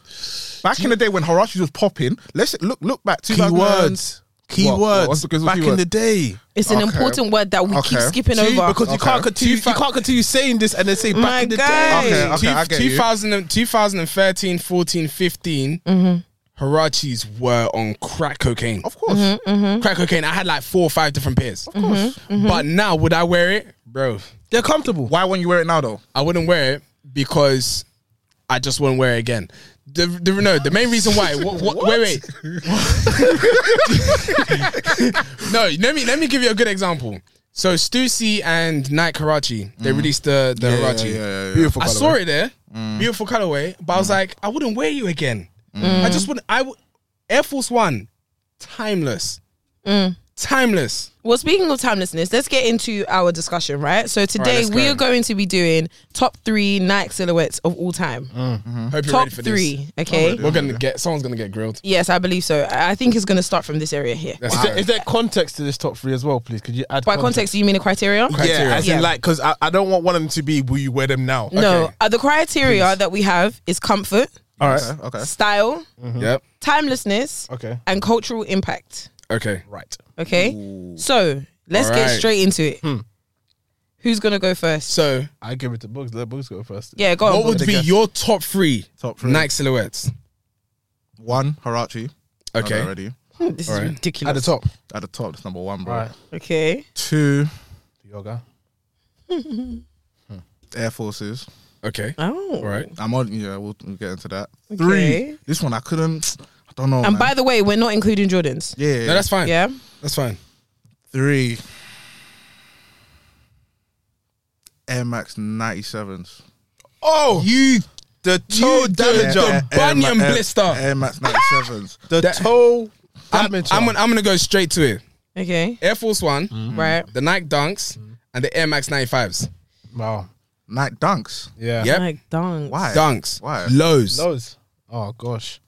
Back in the day when Harachis was popping, let's look look back.
Keywords.
2000 What? What? What's
Keywords.
the- what's the
Back in
keyword?
the day.
It's an
Okay.
important word that we keep
Okay.
skipping
Two-
over.
because you
Okay.
can't continue. You
Two fa-
can't continue saying this and then say back
My
in the
guy.
day.
Okay, okay, I get you.
2000 and, 2013, 14, 15, Hirachis were on crack cocaine.
Of course.
Crack cocaine. I had like four or five different pairs. Of course. But now, would I wear it? Bro,
They're comfortable.
Why won't you wear it now though?
I wouldn't wear it because I just wouldn't wear it again. The, the, no, the main reason why. What, what, Wait, wait. no, let me let me give you a good example. So Stussy and Nike Karachi,
Mm.
they released the the Karachi.
Beautiful.
I
by the
saw
way.
it there, beautiful colorway, but I was like, I wouldn't wear you again. I just wouldn't. I would. Air Force One, timeless,
Mm.
timeless.
Well, speaking of timelessness, let's get into our discussion, right? So today
let's go.
we are going to be doing top three Nike silhouettes of all time.
Hope you're
Top
ready for this.
three, okay?
We're gonna get someone's gonna get grilled.
Yes, I believe so. I I think it's going to start from this area here.
That's
Is
it.
there, is there context to this top three as well, please? Could you add
By context, you mean a criteria?
criteria?
Yeah, as
Yeah.
in like, because I, I don't want one of them to be, will you wear them now?
No,
Okay.
uh, the criteria that we have is comfort,
All right.
Okay. okay.
style,
Yep.
Mm-hmm. timelessness,
Okay.
and cultural impact.
Okay.
Right.
Okay, so let's get
Alright. Hmm.
straight into it. Who's going to go first?
So,
I give it to Bugs. Let Bugs go first.
Yeah, go on.
what would
Bugs.
be your top three
Top three.
Nike silhouettes?
One Harachi.
Okay.
Already
Hmm, this is
Alright.
At the
ridiculous.
top.
at the top. That's number one, bro.
Right.
Okay.
Two
Yoga.
Air Forces.
Okay.
Oh.
All right.
I'm on. Yeah, we'll, we'll get into that.
Okay.
Three. This one I couldn't. I don't know.
And
man.
by the way, we're not including Jordans.
yeah, yeah,
No, that's fine.
Yeah.
That's fine.
three. Air Max 97s.
Oh, you the
toe
the,
damager.
the bunion
Air,
blister.
Air Max 97s.
The
That-
toe
I'm, I'm,
damage.
gonna, I'm gonna go straight to it.
Okay.
Air Force One,
Right.
the Nike Dunks,
Mm-hmm.
and the Air Max 95s.
wow.
Night Dunks.
Yeah.
Yep.
Like dunk.
Why?
Dunks.
Why?
Lows.
Those. Oh, gosh.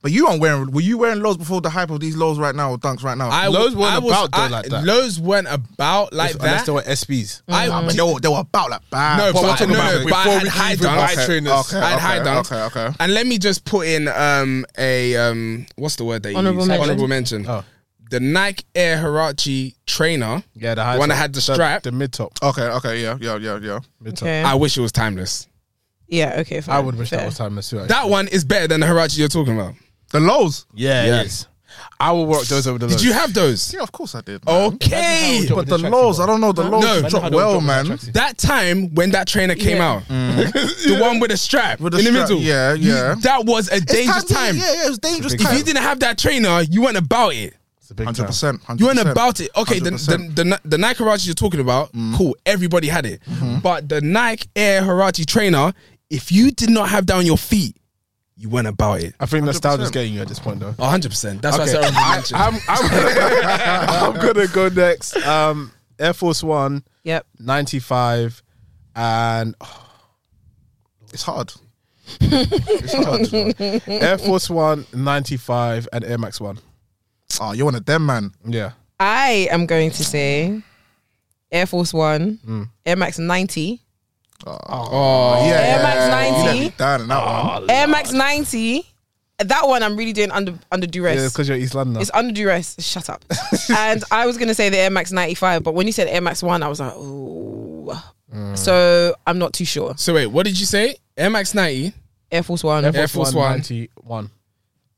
But you aren't wearing. Were you wearing lows before the hype of these lows right now or dunks right now?
I,
Lows
was-
weren't
I was-
about though
I-
like that.
Lows weren't about like
Unless
that.
they were SBs.
I,
Nah, but they were, they were about like bad.
No,
But
but
we're talking
no,
about
but I
before
had
we
high
leave with
dunks.
white
Okay,
trainers.
okay,
I had
okay,
high dunks.
Okay, okay.
And let me just put in um a um what's the word that you
Honourable
use?
mention.
Honorable mention.
Oh.
The Nike Air Hirachi trainer.
Yeah, the
the
high
one that
top.
had the strap.
The mid top.
Okay, okay, yeah, yeah, yeah, yeah.
Mid top.
Okay.
I wish it was timeless.
yeah. Okay. Fine.
I would wish that
Fair.
was timeless too. actually.
That one is better than the Hirachi you're talking about.
The lows.
yeah,
Yeah.
it is. I will work those over the
Did
lows.
you have those?
Yeah, of course I
Oh,
did. man.
Okay.
drop
But the
the tracksuit
lows, I
on.
don't know. The lows
No.
dropped well, man.
That time when that trainer came
Yeah.
out, the one with the strap
Mm. With the
in the
strap,
middle.
yeah,
You-
yeah.
that was a
It's
dangerous time.
Yeah, yeah, it was dangerous
If
time.
you didn't have that trainer, you weren't about it.
It's a big
Hundred
time.
percent. Mm.
You weren't about it. Okay, the,
100%.
the, the, the Nike Hirachi you're talking about, cool, everybody had
Mm-hmm.
it. But the Nike Air Hirachi trainer, if you did not have down your feet, you weren't about it.
I think nostalgia's getting you at this point, though.
100%. That's
Okay.
what I said.
I'm, I'm, I'm gonna go next. Um, Air Force One,
Yep.
95, and oh,
It's hard. it's hard.
Air Force One, 95, and Air Max One.
oh, you're one of them, man.
Yeah,
I am going to say Air Force One,
Hmm.
Air Max 90,
Oh,
Yeah,
Air Max
You let
90.
me down in that one.
Air Max 90. That one I'm really doing under under duress.
yeah, because you're East London.
It's under duress. Shut up. and I was gonna say the Air Max 95, but when you said Air Max One, I was like, oh. So I'm not too sure.
So wait, what did you say? Air Max 90
Air Force One.
Air Force One.
91.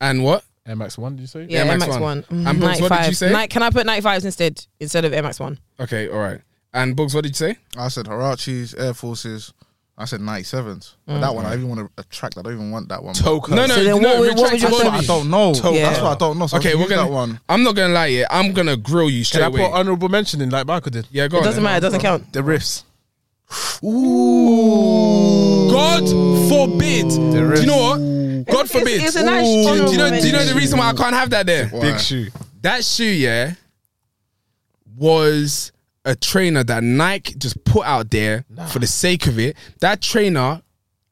and what?
Air Max One. Did you say?
yeah, Air Max, One. Mm,
And Brooks, what did you
95.
say?
Ni- can I put 95s instead instead of Air Max One?
Okay, all right. And Bugs, what did you say?
I said Harachis, Air Forces. I said 97s. But that one, I even want to attract. I don't even want that one.
Toka. No, no,
So then
no.
what would- what would
retract
your
That's
Toka.
what I don't know.
Toka.
That's what I don't know. So
Okay,
I'll
we're
use
gonna.
that one.
I'm not gonna lie. Yeah, I'm gonna grill you straight
Can I put
away.
honorable mention in like Michael did?
yeah, go
It
on.
doesn't
then.
matter, it doesn't count.
The riffs.
God forbid. Do you know what? God
It's-
forbid.
it's a nice
Do you- do you know?
honorable
Do you know the reason why I can't have that there?
Why?
Big shoe.
That shoe, yeah, was a trainer that Nike just put out there for the sake of it. That trainer,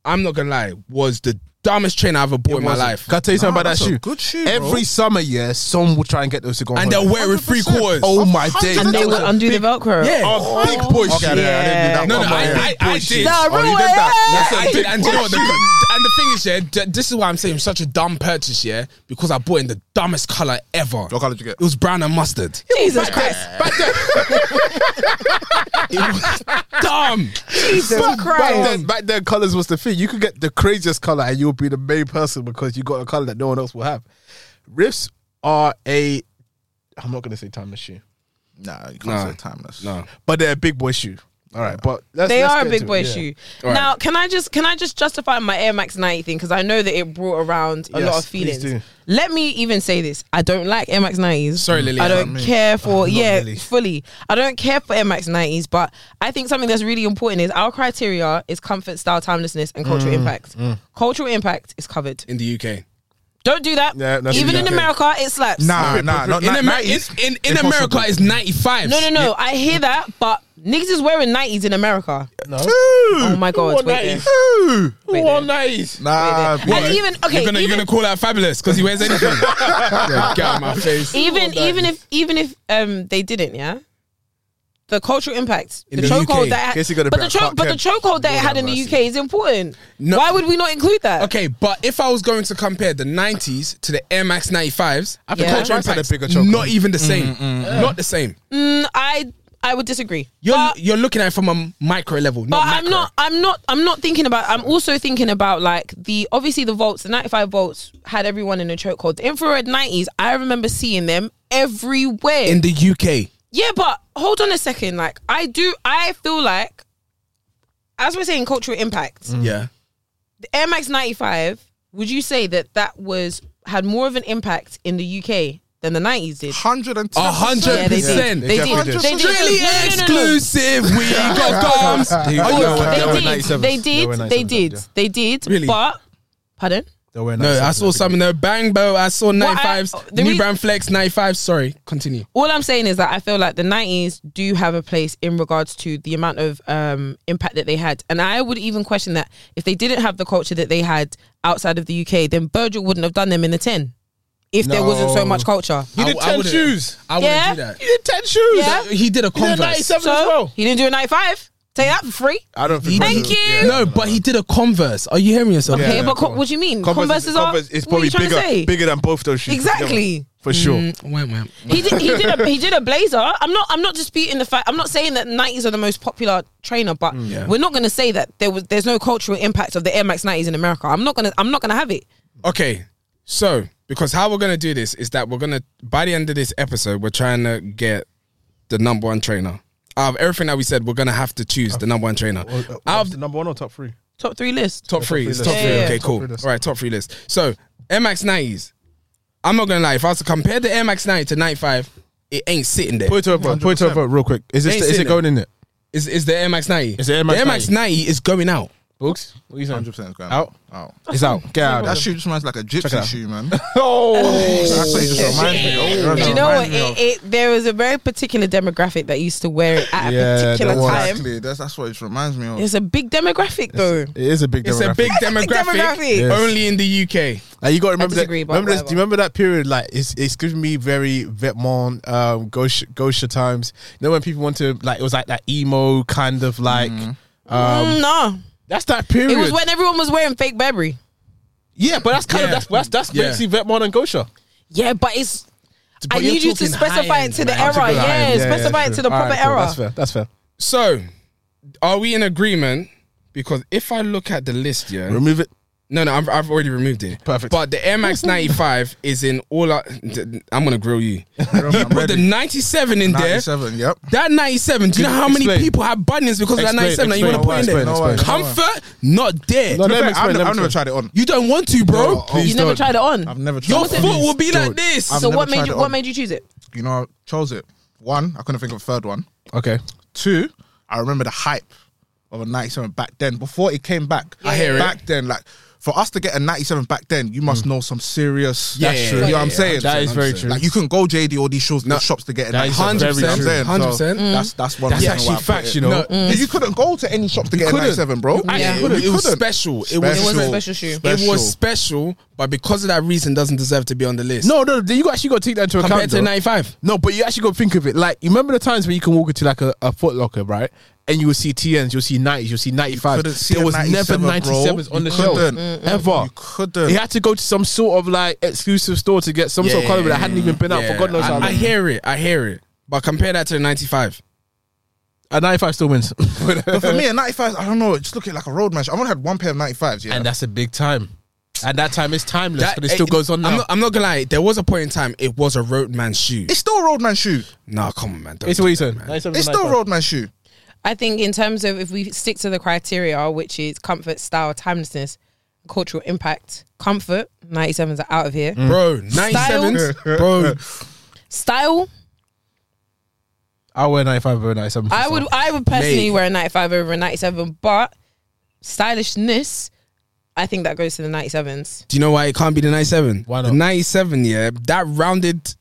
I'm not gonna lie, was the dumbest trainer I ever bought in my life.
Can I tell you something
Nah,
about that
that's a
shoe?
good shoe,
Every
bro.
summer, yeah, some will try and get those to go. on
And
holiday.
they'll wear it three quarters.
Oh my days!
And they
That was
would
a
undo
big-
the Velcro.
yeah.
Oh, big boy
Okay,
shit.
I didn't- I didn't do that
No, no,
one.
I,
Yeah.
I, I did.
Nah,
Oh, you
ruin
did that.
it.
Yes, I did. And do you know what? The, and the thing is, yeah, d- this is why I'm saying such a dumb purchase, yeah, because I bought in the dumbest color ever.
What colour did you get?
It was brown and mustard.
Jesus Christ.
It was dumb.
Jesus
Back
Christ.
then, back then, colors was the thing. You could get the craziest color, and you'll be the main person because you got a color that no one else will have. Riffs are a. I'm not gonna say time machine,
Nah, you can't
Nah.
say timeless.
No.
but they're a big boy shoe. All right, but let's,
They
let's
are a
get
big
to
boy
it, yeah.
shoe. Now, can I just can I just justify my Air Max 90 thing because I know that it brought around a
Yes,
lot of
please do.
feelings. Let me even say this: I don't like Air Max 90s.
Sorry, Lily.
I don't
Not me.
care for yeah,
Lily.
fully. I don't care for Air Max 90s, but I think something that's really important is our criteria is comfort, style, timelessness, and cultural impact. Cultural impact is covered.
In the UK.
Don't do that.
Yeah, that's
even in
exactly.
America, it slaps.
Nah, nah, not
In,
ni-
Amer-
90s.
in, in, in
Impossible.
America, it's 95.
No, no, no. I hear that, but niggas is wearing 90s in America.
No.
Oh my
Who
god! Wait
won
there.
90s?
Wait
Who
there.
won 90s?
Ah,
Nah,
Wait
bro.
there. And even okay,
You're gonna,
even,
you're gonna call that fabulous because he wears anything. yeah, get out of my face.
even
Who won
even
90s?
if even if um they didn't, yeah. The cultural impact,
In
the,
the
chokehold
UK,
that,
guess you got a
but the
bit of
choke,
cock
but the
head.
chokehold that it had in the
Lord have
UK is important.
No.
Why would we not include that?
Okay, but if I was going to compare the 90s to the Air Max 95s, I
think
culture
Air
Max had a
impact's
bigger chokehold.
not even the same. Not the same.
Mm, I I would disagree.
You're
but,
you're looking at it from a micro level, not
but
macro.
I'm not I'm not I'm not thinking about. I'm also thinking about like the obviously the volts. The 95 volts had everyone in a chokehold. The infrared 90s. I remember seeing them everywhere.
in the UK.
Yeah, but hold on a second. Like, I do, I feel like, as we're saying, cultural impact.
Yeah.
The Air Max 95, would you say that that was, had more of an impact in the UK than the 90s did?
110.
A hundred
Yeah, they did.
percent.
They
definitely
did.
did.
They did.
Really
No, no, no, no.
exclusive. We got gums.
Oh,
No,
yeah, they were
They did.
97s.
They
They
did.
were
They
97s,
did.
yeah.
They did.
Really?
But, pardon?
They were
No, I
97s,
saw
think.
some in the bang bro. I saw
I- oh,
95s.
the
New
re-
brand flex 95s. Sorry, continue.
All I'm saying is that I feel like the 90s do have a place in regards to the amount of um, impact that they had. And I would even question that if they didn't have the culture that they had outside of the UK, then Virgil wouldn't have done them in the 10 if there wasn't so
No.
much culture.
He
did 10 shoes.
I wouldn't
Yeah.
do that.
You did ten shoes.
Yeah.
He did a Converse.
So he didn't do a 95. Take that for free.
I don't
He
think.
Thank you.
No, but he did a Converse. Are you hearing yourself?
okay,
yeah,
but
come
co-
on.
what do you mean?
Converse,
Converse is,
is, Converse is
what
probably
are you trying to
bigger,
say?
bigger than both those shoes. together,
Exactly. Mm.
for sure.
Wham, wham.
He did, he did a he did a blazer. I'm not I'm not disputing the fact. I'm not saying that 90s are the most popular trainer, but
Mm.
yeah.
we're not going to say that there was there's no cultural impact of the Air Max 90s in America. I'm not gonna I'm not gonna have it.
Okay, so because how we're gonna do this is that we're gonna by the end of this episode, we're trying to get the number one trainer. Out of everything that we said, we're gonna have to choose the number one trainer. Out of
Uh, the number one or top three?
Top three list.
Top three.
three
It's
list.
top
Yeah,
three.
yeah, yeah.
Okay,
Top
cool.
three list.
All right, top three list. So Air Max 90s. I'm not gonna lie. If I was to compare the Air Max 90 to 95, it ain't sitting there.
Put it to a vote. Put it to a vote real quick. Is
Ain't
this? Is
seen
it going in it?
Is, is the Air Max 90?
It's the Air Max
The Air Max 90 is going out.
Books, what are you saying?
Hundred percent Graham.
Out.
Out.
It's out. Get out.
That shoe just reminds like a
it
gypsy
out.
shoe, man.
oh,
That's what it just reminds me. oh, of.
Do you know what?
Reminds me of-
It, it, there was a very particular demographic that used to wear it at
Yeah,
a particular
there was.
time.
Exactly. That's that's what it reminds me of.
It's a big demographic, though.
it is a big.
It's a
demographic.
big demographic,
demographic.
Yes.
only in the UK.
Like you got to remember that.
disagree, but
Remember this, do you
whatever.
remember that period? Like it's it's given me very Vetmon, um, Gosha, Gosha times. You know when people want to like it was like that emo kind of like. Um,
Mm, no,
that's that period.
it was when everyone was wearing fake Burberry.
yeah, but that's kind
Yeah.
of that's that's that's
Yeah.
basically Vetmon and Gosha.
Yeah, but it's.
But
I
you're
need you to
talking
specify it
high-end,
to the
man.
era.
I'm talking
Yeah, specify it to the proper era.
That's fair. That's fair.
So, are we in agreement? Because if I look at the list, yeah,
Remove it.
no, no, I've, I've already removed it.
Perfect.
But the Air Max 95 is in all. I, I'm gonna grill you.
I'm
You put the
ready.
97 in there.
97, yep.
That 97. Do you know how many
Explain.
people have bunions because of that
Explain,
97 that you
explain,
want to put in there?
explain,
explain.
Comfort not there.
No,
To
let
be
me
fair,
explain, let
I've,
me
I've never
explain.
tried it on.
You don't want to, bro.
No, please
You never tried it on.
I've never tried
Your
it on.
foot will be like
Don't.
this.
I've
so
never
what made
tried
you?
it
What
on.
made you choose it?
You know, I chose it. One, I couldn't think of a third one.
Okay.
Two, I remember the hype of a 97 back then before it came back.
I hear it.
back then, like for us to get a 97 back then, you must know some serious.
Yeah, That's yeah, true.
You know
yeah,
what I'm
yeah,
saying?
That is very true.
Like you can go JD or these shows, these shops to get a
that is
97.
very
you know what I'm
true.
saying? So
100%. Mm.
That's that's one.
That's
reason
actually
why I put
facts,
it.
you know.
No,
You- You couldn't go to any shop to get a
couldn't.
97, bro.
You actually
Oh,
It,
You
was- it was
couldn't.
special. It was,
It was a
Special.
special shoe.
Spe-
it was
Special.
special, but because of that reason, doesn't deserve to be on the list.
No, no, you actually got to take that into
compared
account.
to
though.
95.
No, but you actually got to think of it like you remember the times when you can walk into like a, a Foot Locker, right? And you will see TNs, you'll see 90s, you'll see 95s.
couldn't see
there
a
was never
97, bro.
97s on the
You
shelf
couldn't.
ever.
You couldn't.
You had to go to some sort of like exclusive store to get some sort of color that hadn't even been out for
Yeah,
God knows
I,
how long.
I hear it. I hear it. But compare that to the 95.
a 95 still wins,
But for me, a 95, I don't know. Just look at like a road match. I've only had one pair of 95s. Yeah,
and that's a big time. At that time, it's timeless,
That-
but it still
eh,
goes on now.
I'm not, I'm not gonna lie. There was a point in time it was a roadman shoe.
it's still a roadman shoe.
Nah, come on, man. Don't
it's
do
what you
that,
said.
man.
97 to
It's still a
95.
roadman shoe.
I think in terms of if we stick to the criteria, which is comfort, style, timelessness, cultural impact, comfort, 97s are out of here.
Bro, 97s. Bro,
Style,
I wear 95 over 97.
I would I would personally
Mate.
wear a 95 over a 97, but stylishness, I think that goes to the 97s.
do you know why it can't be the 97?
Why not?
The 97, yeah. That rounded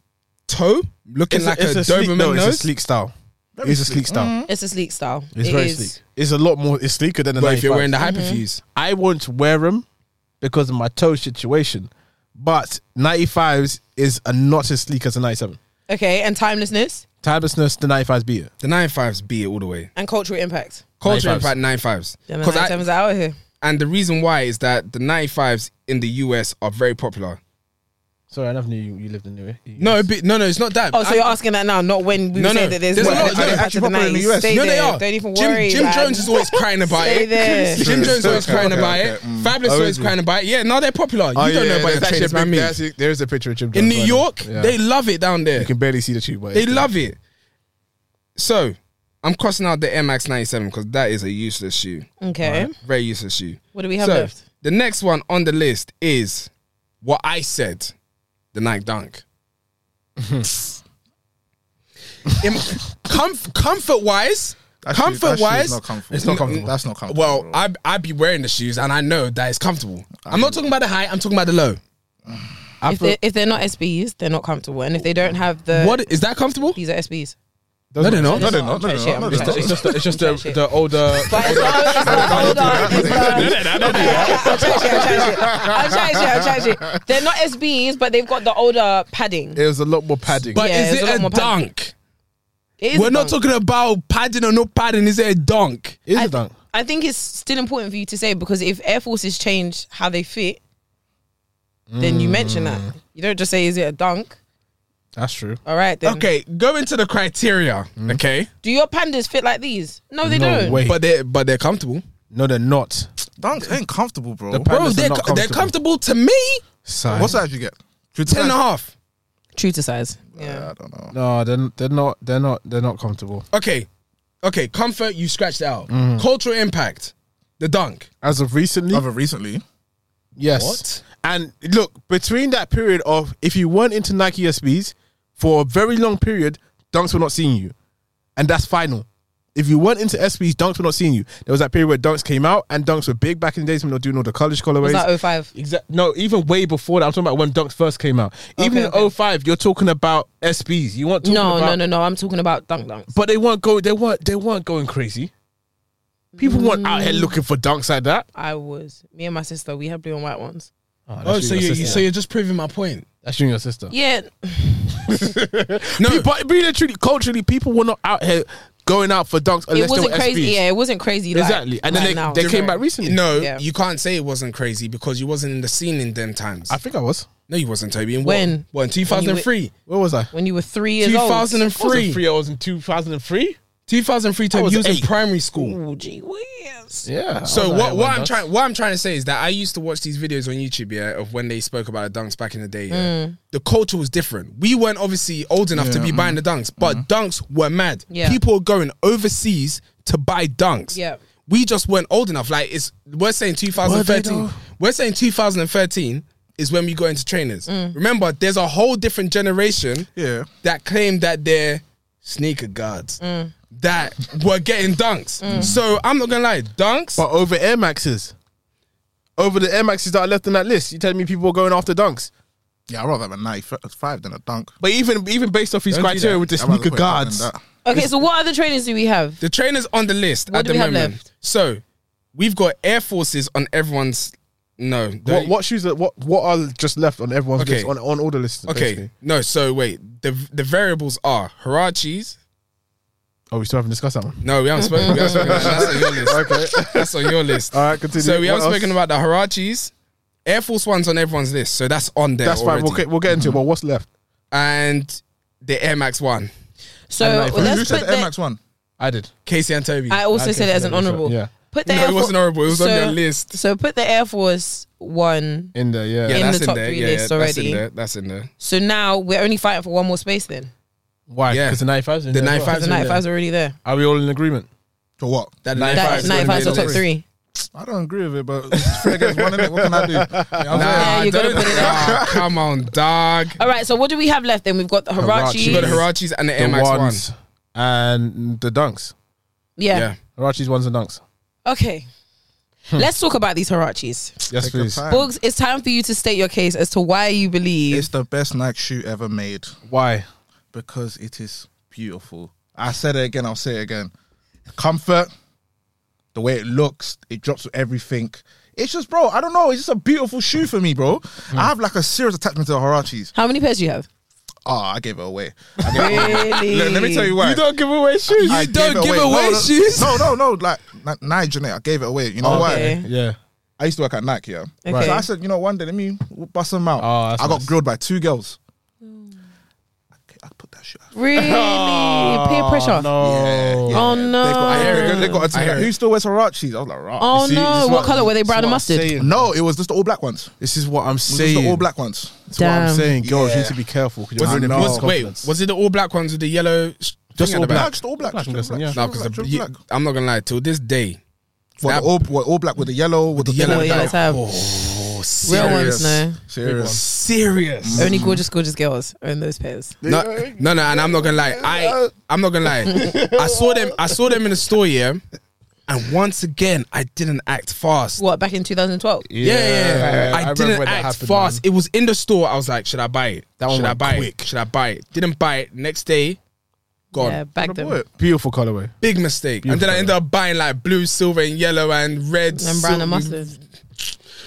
toe looking
It's
like a,
it's
Doberman
sleek, no,
nose.
It's a sleek style. It's a sleek style.
It's a sleek style.
It's
Mm-hmm. It
very
is.
sleek. It's a lot more. It's sleeker than the.
but if you're
95s.
wearing the
Mm-hmm.
hyperfuse,
I won't wear them because of my toe situation. But 95s is a not as sleek as a 97.
Okay, and timelessness
Timelessness, the 95s beat it.
the 95s beat it all the way.
and cultural impact.
Culture
95s.
impact 95s.
Yeah, the
'Cause I-
97s are out of here.
and the reason why is that the 95s in the US are very popular.
Sorry, I never knew you, you lived in New York.
No, it be, no, no, it's not that.
Oh, so
I-
you're asking that now, not when we
No,
were saying
no,
that there's,
there's a
one
lot-
cultural impact
they're
to the
actually popular in the
90s.
US.
Stay
no,
there.
they are.
Don't even
Jim-
worry.
Jim,
lad.
Jones is always crying about
Stay
it.
there.
Jim Jones is always
Okay,
crying
okay, Mm. Oh,
about
okay.
it. Fabulous always crying about it. Yeah, now they're popular.
Oh,
You
Oh,
don't know about the trainers, man. me.
There is a picture of Jim
In
Jones
New
right
York,
now. Yeah.
they love it down there.
You can barely see the tube. but
They
it's there.
love it. So I'm crossing out the Air Max 97 because that is a useless shoe.
Okay.
Very useless shoe.
What do we have
so
left?
the next one on the list is what I said, the Nike Dunk. In- comf- comfort wise,
That shoe-
comfort
that shoe is
wise,
not comfortable.
It's not comfortable.
That's not comfortable.
well,
bro.
I I'd be wearing the shoes and I know that it's comfortable. I'm not talking about the high. I'm talking about the low.
I
If
feel-
they're, if they're not SBs, they're not comfortable. And if they don't have the.
What is that comfortable?
These are SBs.
No,
they're not.
no, they're
I'm
not. No,
trying
they're
to
not.
shit,
No,
I'm trying
they're not.
to
It's
shit.
just, it's just
I'm
the,
trying to shit.
the older.
But it's not- it's not- hold on, it's not- I'm trying to shit, I'm trying to shit. I'm trying to shit, I'm trying to shit. They're not SBs, but they've got the older padding.
It was a lot more padding.
But
Yeah,
is
it's a lot
it a,
more padding.
dunk?
It is
We're
a
not
dunk.
talking about padding or no padding. Is it a dunk?
it is
I-
a dunk.
I think it's still important for you to say because if Air Forces change how they fit, then you mention that. You don't just say, is it a dunk?
That's true.
All right, then.
Okay, go into the criteria.
Mm.
Okay,
Do your pandas fit like these? No, they
No
don't.
way.
but they are but they're comfortable,
No, they're not.
Dunks ain't comfortable, bro.
The- Pandas
bro.
are
They're
not
co- they're comfortable
comfortable.
to me.
Sigh.
What size you get?
Ten and a half.
True to size.
Yeah,
Yeah.
I don't know.
No, they're they're not. They're not. They're not comfortable
Okay, okay. Comfort, you scratched it out.
Mm-hmm.
Cultural impact, the dunk.
as of recently.
Other recently,
Yes.
What?
And look, between that period of if you weren't into Nike SBs for a very long period, dunks were not seeing you. And that's final. If you weren't into SBs, Dunks were not seeing you. There was that period where Dunks came out and Dunks were big back in the days when they were doing all the college
Was
colorways.
that 05?
Exactly. No, even way before that. I'm talking about when Dunks first came out. Even
Okay,
in
okay.
05, you're talking about SBs. You weren't talking
No,
about
no, no, no. I'm talking about dunk dunks.
But they weren't go. They weren't. They weren't going crazy. People weren't out
Mm.
here looking for dunks like that.
I was. Me and my sister, we had blue and white ones.
Oh, so you so you're just proving my point.
that's you and your sister.
Yeah.
No, but really, truly, culturally, people were not out here going out for dunks unless
it wasn't
they were
crazy.
SBs.
Yeah, it wasn't crazy. Like,
Exactly. And then
like
they-
now.
they came back recently.
No,
Yeah.
you can't say it wasn't crazy because you wasn't in the scene in them times.
I think I was.
no, you wasn't, Toby. In
When?
What, what in 2003?
Where was I?
When you were three years old.
2003.
Three. I was in two thousand and three.
2003, Toby.
was
You was in
eight.
primary school.
Oh, gee whiz.
Yeah.
So what, what I'm trying what I'm trying to say is that I used to watch these videos on YouTube, yeah, of when they spoke about the dunks back in the day. Yeah.
Mm.
The culture was different. We weren't obviously old enough to be buying the dunks, but dunks were mad.
Yeah.
People were going overseas to buy dunks.
Yeah.
We just weren't old enough. Like it's we're saying 2013.
though?
we're saying 2013 is when we go into trainers.
Mm.
Remember, there's a whole different generation
Yeah.
that claim that they're sneaker guards.
Mm.
That were getting dunks. So I'm not gonna lie, dunks.
But over Air Maxes, over the Air Maxes that are left on that list, you telling me people are going after dunks?
Yeah, I'd rather have a 95 than a dunk.
But even even based off his
Don't do
criteria
that.
with the
I'd rather
sneaker
put it down than
guards,
that.
Okay, so what other trainers do we have?
The trainers on the list
What
at
do
the
we have
moment.
left?
So we've got Air Forces on everyone's. No.
what
don't-
what shoes? Are, what what are just left on everyone's
Okay.
list on on all the lists?
Okay.
basically?
No. So wait. The the variables are Harachis.
Oh, we still haven't discussed that one.
No, we haven't spoken. we haven't spoken about that. That's on your list. Okay. That's on your list.
All right, continue.
So we
What
haven't
else?
spoken about the Harachis. Air Force One's on everyone's list, so that's on there.
That's fine. We'll
already.
get, we'll get into it. But what's left?
And the Air Max One.
So
Who- Who
let's
said
put
the Air
the,
Max one?
I did.
Casey and Toby.
I also said it as an honorable.
Yeah.
Put the
no,
Air
it
Force-
wasn't horrible. It was on
so-
your list.
So put the Air Force one.
In there, yeah.
Yeah,
in
that's
the
in
top
there.
three
yeah,
list
that's in
already.
there. That's in there.
So now we're only fighting for one more space then.
Why?
Yeah.
Because the 95's in
The
there as well.
95's
The
in
night
there.
five's already there.
Are we all in agreement?
For what?
That
That
Five's
night five's
in
the
there.
top three.
I don't agree with it, but it's three against one, innit? What can I do? Yeah, I'm saying-
Yeah, you gotta
don't-
put it
Nah, come on, dog.
All right, so what do we have left then? We've got the Hirachi.
You got the Hirachis and the, Air
the
Max
ones
One.
and the dunks.
Yeah.
Yeah.
Hirachi's ones and dunks.
Okay. Let's talk about these Hirachis.
Yes,
Take your
please.
time.
Boogs, it's time for you to state your case as to why you believe.
It's the best Nike shoe ever made
Why?
because it is beautiful. I said it again, I'll say it again. Comfort, the way it looks, it drops with everything. It's just, bro, I don't know. It's just a beautiful shoe for me, bro. I have like a serious attachment to the Harachis.
How many pairs do you have?
Oh, I gave it away.
really?
Let, let me tell you why.
don't give away shoes.
I gave
don't
it
give
No,
away
no,
shoes?
No, no, no. Like, N- Nige, innit? I gave it away. You know
Okay.
why?
yeah.
I used to work at Nike, yeah.
Okay.
So I said, you know, one day let me bust them out.
Oh, that's
I got
nice.
grilled by two girls. I, I put that shit. Out.
Really? Peer pressure.
Oh, No.
Yeah, yeah.
Oh, no.
They got, I hear it. They got a
I hear it.
Who still wears Harachis? I was like, right.
Oh
You see, this
no!
is
What,
what-
color were they?
this is
Brown and
what I'm
mustard.
saying.
No, it was just the all black ones.
This is what I'm
It was just
saying.
the all black ones.
This is what I'm
Damn.
saying. Girls, you
Yeah.
need to be careful. 'cause you're
Was,
ruining
no.
people's
was, wait,
confidence.
was it the all black ones with the yellow? sh-
Just
thing at
all
the
black.
No, just all black.
Black, I'm
just
guessing,
all black.
yeah.
just
No,
all
because
black, just all black.
I'm not gonna lie. Till this day,
Well,
that-
the all, well, all black with the yellow, with, the,
Yellow,
yellow,
yellow tab.
oh,
Real ones,
serious,
no.
Serious.
serious.
Only gorgeous, gorgeous girls own those pairs.
No, no, no, and I'm not gonna lie. I, I'm not gonna lie. I saw them. I saw them in the store, yeah. And once again, I didn't act fast.
What back in 2012?
Yeah, yeah, yeah. I,
remember
didn't
when that
act
happened,
fast.
man.
It was in the store. I was like, should I buy it?
That one
should I
went
buy
quick.
it? Should I buy it? Didn't buy it. Next day, gone.
Yeah, back them.
What? Beautiful colorway.
Big mistake. and then I ended up buying like blue, silver, and yellow, and red,
And brown
sil-
and mustard.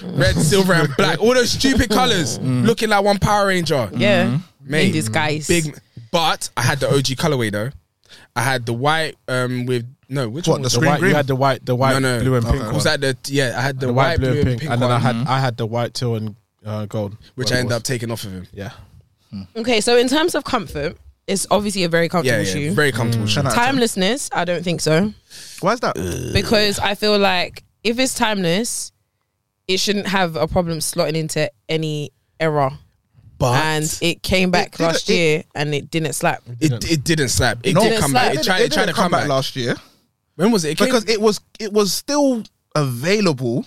red, silver, and black. All those stupid colors, looking like one Power Ranger.
Yeah, in
Mate,
disguise.
Big, but I had the OG colorway though. I had the white um with no which
What,
one
the
was
The
Green,
white, you
green.
had the white, the white,
no no
blue and pink.
Was that the yeah? I had the,
the
white, blue, and pink,
and then I
one,
had I had the white, teal, and uh, gold,
which
Well,
I
it
ended
was.
up taking off of him.
Yeah.
Okay, so in terms of comfort, it's obviously a very
Yeah,
comfortable
yeah,
shoe.
very comfortable. shoe.
Timelessness, I don't think so.
Why is that?
because I feel like if it's timeless, it shouldn't have a problem slotting into any era.
But
and it came back
did-
last
it-
year and it didn't slap.
It, it didn't slap. It
No.
did
Didn't
come
slap.
back. It tried, it tried to
didn't
come back.
last year
When was it? it came-
because it was it was still available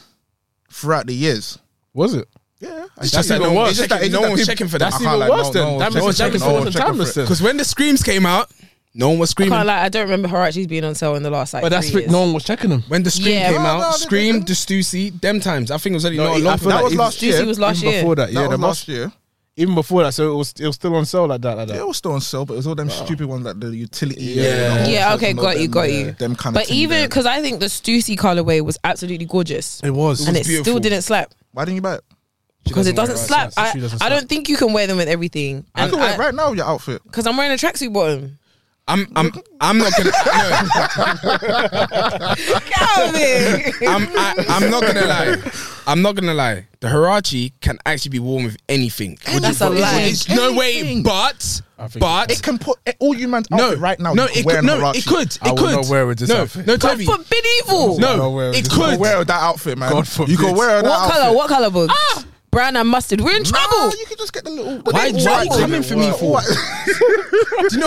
throughout the years.
Was it?
Yeah,
It's just that no one was checking- no one was checking for that.
I
That's
can't
even
lie,
worse
no-
then.
no one
That
was
means
checking
it's
for it.
timeless then.
Because when the screams came out, No one
I
was screaming.
can't lie, I don't remember her actually being on sale in the last like.
But that's
three
it.
years.
No one was checking them.
When the scream
Yeah.
came
No,
out,
no, they
scream,
didn't.
the Stussy, them times. I think it was only no,
I
long
feel
time.
That
like
was
even-
last year.
Juicy was last
even
year.
Before that, yeah, the
that was
last
last year.
even before that, so it was it was still on sale like that, like that.
It was still on sale, but it was all them stupid ones like the utility.
Yeah.
and all
Yeah,
sorts
okay,
of
got you,
them,
got
uh,
you.
Them kind of.
But even because I think the Stussy colorway was absolutely gorgeous,
It was.
and it
beautiful.
still didn't slap
why didn't you buy it?
because it doesn't slap. I,
She doesn't
I don't think you can wear them with everything.
I
And
could wear
I-
it right now with your outfit.
Because I'm wearing a tracksuit bottom.
I'm, I'm, I'm not gonna. no.
Get out of here.
I'm, I, I'm not gonna lie. I'm not gonna lie. The Hirachi can actually be worn with anything. Would
That's
you-
a lie.
It's no way,
Anything.
but
think-
but
It can put all you man's
no
outfit right now.
No,
you
it
wear
could.
an
No,
Huarache.
it could. It
I will
could.
not wear with this
no,
outfit.
No,
God
Toby.
forbid evil.
I will
No,
not wear with
it
this
You
could.
can wear that outfit, man.
God forbid.
You can wear that
What
outfit.
color? What color books? Ah! Brown and mustard. We're in
Nah,
trouble.
you can just get the little.
Why-
the
why
white-
you coming for me
white-
for?
white-
Do you know?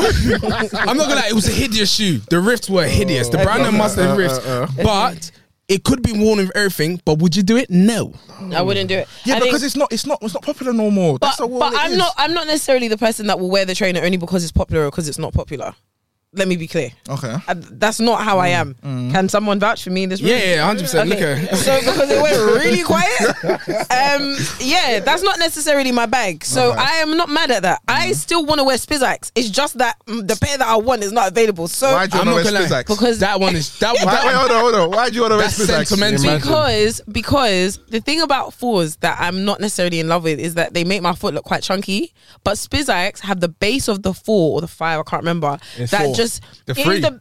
I'm not gonna lie. It was a hideous shoe. The rifts were hideous. The brown and mustard rifts. But it could be worn with everything. But would you do it? No.
I wouldn't do it.
Yeah,
I think-
because it's not. It's not. It's not popular no more.
but,
That's not what
but
it
I'm
is.
not. I'm not necessarily the person that will wear the trainer only because it's popular or because it's not popular. Let me be clear.
Okay.
I- that's not how
Mm,
I am. Can someone vouch for me in this room?
Yeah, yeah, 100%. Look at her.
So because it went really quiet, um, yeah, that's not necessarily my bag. So I am not mad at that. I
Mm.
still want to wear Spizzax. It's just that mm, the pair that I want is not available. So
Why do you
I'm not
want
gonna
to wear
lie.
Spizzax?
because
That one is that.
Why- wait,
that
hold on, hold on. Why do you want to wear
that's
Spizzax?
sentimental.
Yeah, man.
because because the thing about fours that I'm not necessarily in love with is that they make my foot look quite chunky. But Spizzax have the base of the four or the five, I can't remember.
It's
that
four.
just
The
it is
three.
the-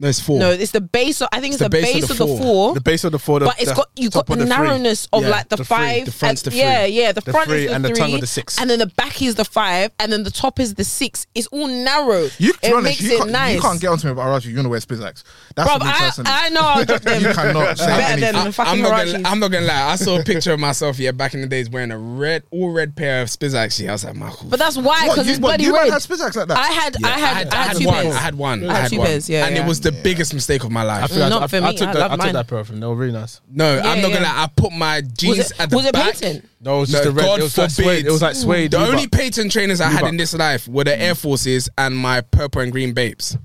no, it's four.
no, it's the base. Of, I think it's, the, base, of the, four.
The base of the four, the,
but it's
the
got you got
top
the,
of three.
narrowness of
Yeah,
like the,
the three.
five.
The front's
and-
the three.
Yeah, yeah. The,
The
front
three
is the
and the
three,
tongue of the six.
and then the back is the five, and then the top is the six. It's all narrow.
You, to
it
be honest,
makes
you,
it
can't,
nice.
you can't get onto me about Harachi. You want to wear Spizzax. That's
Bruv,
what me personally.
I, I know I'll drop them.
you cannot say
Better than
anything.
the fucking
I'm not, gonna,
Harachis.
I'm not gonna lie. I saw a picture of myself yeah back in the days wearing a red, all red pair of Spizzax. Yeah, I was like, my.
But that's why,
What,
because
you,
it's
what,
bloody
you man
red.
had Spizzax like that?
I had, I
I
had,
had,
I had two
one.
pairs.
I had one.
I had two
one.
pairs, yeah,
and
yeah.
it was the biggest mistake of my life.
I feel like
Not
I,
for
I,
me,
took,
I
that,
love
I took
mine.
that pair from them. They were really nice.
no, I'm
Yeah,
not gonna.
yeah.
lie. I put my jeans
Was it-
at the
was it
back.
patent?
No, it was just
No,
the red.
God
it was like
forbid.
suede. It was like suede.
The
Reebok.
only patent trainers I had
Reebok.
in this life were the Air Forces and my purple and green babes.